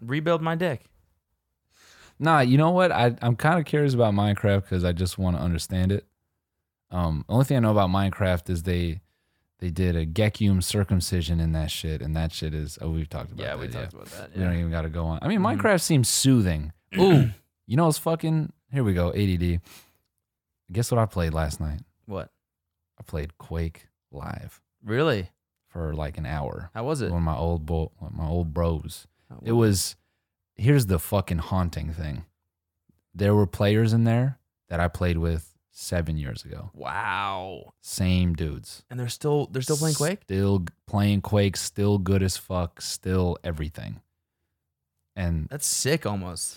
Speaker 2: Rebuild my dick.
Speaker 1: nah, you know what? I I'm kind of curious about Minecraft because I just want to understand it. Um, only thing I know about Minecraft is they they did a Gekium circumcision in that shit, and that shit is oh we've talked about
Speaker 2: Yeah,
Speaker 1: that,
Speaker 2: we talked about that.
Speaker 1: We
Speaker 2: yeah. Mm-hmm.
Speaker 1: don't even got to go on. I mean, Minecraft seems
Speaker 2: [CLEARS THROAT]
Speaker 1: soothing. Ooh, you know it's fucking. Here we go. ADD. Guess what I played last night?
Speaker 2: What?
Speaker 1: I played Quake live
Speaker 2: Really?
Speaker 1: for like an hour.
Speaker 2: How was it?
Speaker 1: One of my old bo- one of my old bros.
Speaker 2: Oh,
Speaker 1: It was here's the fucking haunting thing. There were players in there that I played with seven years ago.
Speaker 2: wow.
Speaker 1: Same dudes.
Speaker 2: And they're still they're still playing Quake.
Speaker 1: Still g- playing Quake, still good as fuck, still everything. And
Speaker 2: That's sick, almost.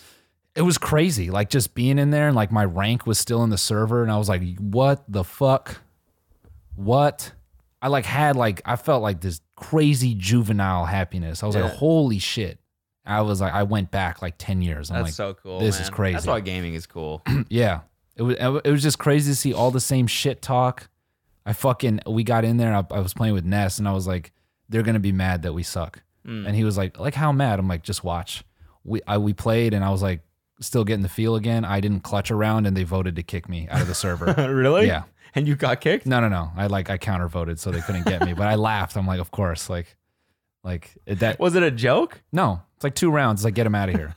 Speaker 1: it was crazy. Like just being in there and like my rank was still in the server and I was like, what the fuck? What? I like had like I felt like this crazy juvenile happiness. I was like,
Speaker 2: Yeah.
Speaker 1: holy shit. I was like, I went back like 10 years. I'm
Speaker 2: That's
Speaker 1: like,
Speaker 2: so cool.
Speaker 1: this is
Speaker 2: man.
Speaker 1: crazy.
Speaker 2: That's why gaming is cool.
Speaker 1: yeah. It was it was just crazy to see all the same shit talk. I fucking we got in there. I, I was playing with Ness, and I was like, "They're gonna be mad that we suck." And he was like, "Like how mad?" I'm like, "Just watch." We I, we played, and I was like, still getting the feel again. I didn't clutch around, and they voted to kick me out of the server.
Speaker 2: [LAUGHS] really?
Speaker 1: Yeah.
Speaker 2: And you got kicked?
Speaker 1: no, no, no. I like I counter voted, so they couldn't get me. But I laughed. I'm like, of course, like, like that.
Speaker 2: Was it a joke?
Speaker 1: No, it's like two rounds. It's like get them out of
Speaker 2: [LAUGHS]
Speaker 1: here.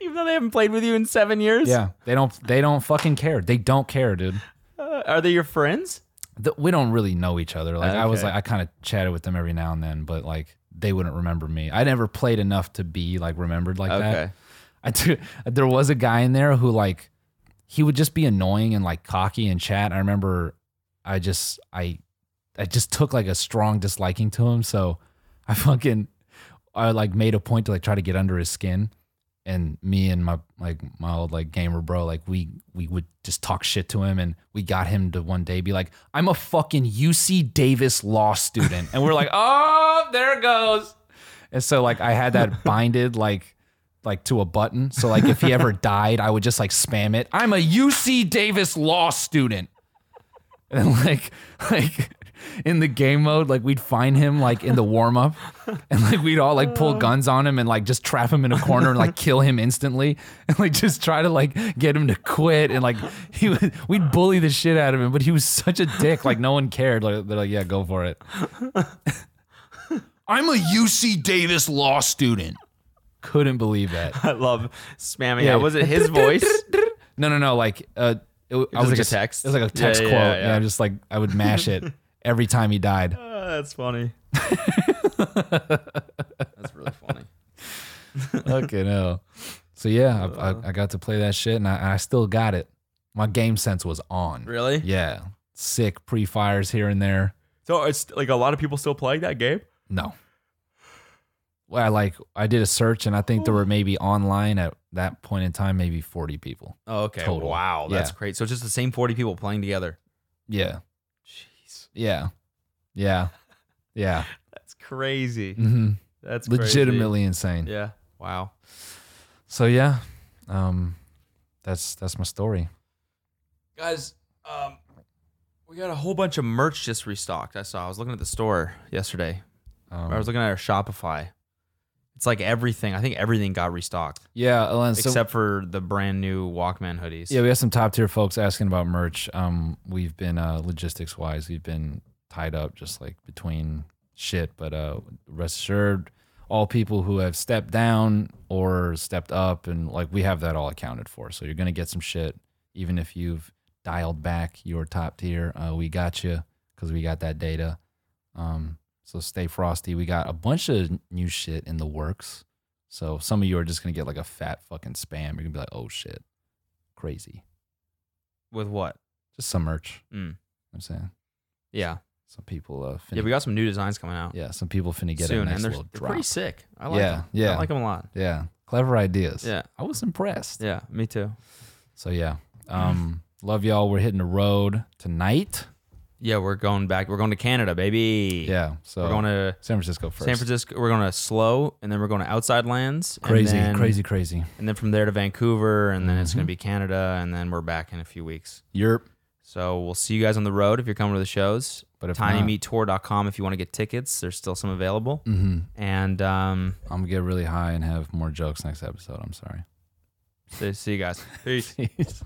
Speaker 2: Even though they haven't played with you in seven years?
Speaker 1: yeah, they don't they don't fucking care. They don't care, dude.
Speaker 2: Uh, are they your friends?
Speaker 1: the, we don't really know each other. Like I was
Speaker 2: Okay.
Speaker 1: like I kind of chatted with them every now and then, but like they wouldn't remember me. I never played enough to be like remembered like that.
Speaker 2: Okay. [LAUGHS]
Speaker 1: I do, there was a guy in there who like he would just be annoying and like cocky in chat. I remember I just I I just took like a strong disliking to him, so I fucking I like made a point to like try to get under his skin. And me and my like my old like gamer bro, like we we would just talk shit to him and we got him to one day be like, I'm a fucking UC Davis law student. And we're like, Oh, there it goes. And so like I had that binded like like to a button. So like if he ever died, I would just like spam it. I'm a UC Davis law student. [LAUGHS] And like like in the game mode, like we'd find him like in the warm up and like we'd all like pull guns on him and like just trap him in a corner and like kill him instantly [LAUGHS] and like just try to like get him to quit and like he would we'd bully the shit out of him, but he was such a dick, like no one cared. Like they're like, yeah, go for it. [LAUGHS] I'm a UC Davis law student. Couldn't believe that.
Speaker 2: I love spamming.
Speaker 1: Yeah. [LAUGHS]
Speaker 2: Yeah. Was it his voice?
Speaker 1: No, no, no. Like, uh, it, was
Speaker 2: like a text?
Speaker 1: It was like a
Speaker 2: Yeah,
Speaker 1: text
Speaker 2: yeah,
Speaker 1: quote.
Speaker 2: yeah,
Speaker 1: Yeah,
Speaker 2: yeah.
Speaker 1: just like I would mash
Speaker 2: [LAUGHS]
Speaker 1: it every time he died.
Speaker 2: Uh, that's funny. that's really funny.
Speaker 1: Okay, no. So yeah, I,
Speaker 2: Uh-huh.
Speaker 1: I, I got to play that shit, and I, and I still got it. My game sense was on.
Speaker 2: Really?
Speaker 1: Yeah. Sick pre fires here and there.
Speaker 2: So it's like a lot of people still playing that game.
Speaker 1: No. Well, I like I did a search, and I think there were maybe online at that point in time maybe forty people.
Speaker 2: Oh, okay.
Speaker 1: Total.
Speaker 2: Wow, that's
Speaker 1: Yeah.
Speaker 2: great. So it's just the same forty people playing together.
Speaker 1: Yeah.
Speaker 2: Jeez,
Speaker 1: Yeah. Yeah. Yeah.
Speaker 2: [LAUGHS] that's crazy.
Speaker 1: Mhm.
Speaker 2: That's crazy.
Speaker 1: legitimately insane.
Speaker 2: Yeah. Wow.
Speaker 1: So yeah, um, that's that's my story.
Speaker 2: Guys, um, we got a whole bunch of merch just restocked. I saw. I was looking at the store yesterday.
Speaker 1: Um,
Speaker 2: I was looking at our Shopify. It's like everything. I think everything got restocked
Speaker 1: yeah, Ellen. So
Speaker 2: except for the brand new Walkman hoodies.
Speaker 1: yeah, we have some top tier folks asking about merch. Um, we've been uh, logistics wise, we've been tied up just like between shit. But uh, rest assured, all people who have stepped down or stepped up, and like we have that all accounted for. So you're gonna get some shit, even if you've dialed back your top tier. Uh, we got you because we got that data. Um, so stay frosty. We got a bunch of new shit in the works. So some of you are just gonna get like a fat fucking spam. You're gonna be like, oh shit, crazy.
Speaker 2: With what?
Speaker 1: Just some merch.
Speaker 2: Mm.
Speaker 1: You know what I'm saying
Speaker 2: Yeah.
Speaker 1: some people uh, finna,
Speaker 2: Yeah. We got some new designs coming out
Speaker 1: yeah, some people finna get
Speaker 2: soon,
Speaker 1: a nice
Speaker 2: and they're,
Speaker 1: little
Speaker 2: they're
Speaker 1: drop.
Speaker 2: pretty sick. I like
Speaker 1: Yeah,
Speaker 2: them. I
Speaker 1: yeah.
Speaker 2: like them a lot.
Speaker 1: Yeah, clever ideas.
Speaker 2: Yeah.
Speaker 1: I was impressed.
Speaker 2: Yeah. Me too.
Speaker 1: So yeah, um, love y'all. We're hitting the road tonight.
Speaker 2: Yeah. We're going back. We're going to Canada, baby.
Speaker 1: Yeah, so
Speaker 2: We're going to
Speaker 1: San Francisco first.
Speaker 2: San Francisco. We're going to slow, and then we're going to outside lands. and
Speaker 1: Crazy,
Speaker 2: then-
Speaker 1: crazy, crazy.
Speaker 2: And then from there to Vancouver, and then it's
Speaker 1: Mm-hmm.
Speaker 2: going to be Canada, and then we're back in a few weeks.
Speaker 1: Europe.
Speaker 2: So we'll see you guys on the road if you're coming to the shows.
Speaker 1: But if not-
Speaker 2: tinymeattour.com if you want to get tickets, there's still some available.
Speaker 1: hmm
Speaker 2: And um,
Speaker 1: I'm gonna get
Speaker 2: [LAUGHS]
Speaker 1: really high and have more jokes next episode. I'm sorry.
Speaker 2: so see you guys. Peace.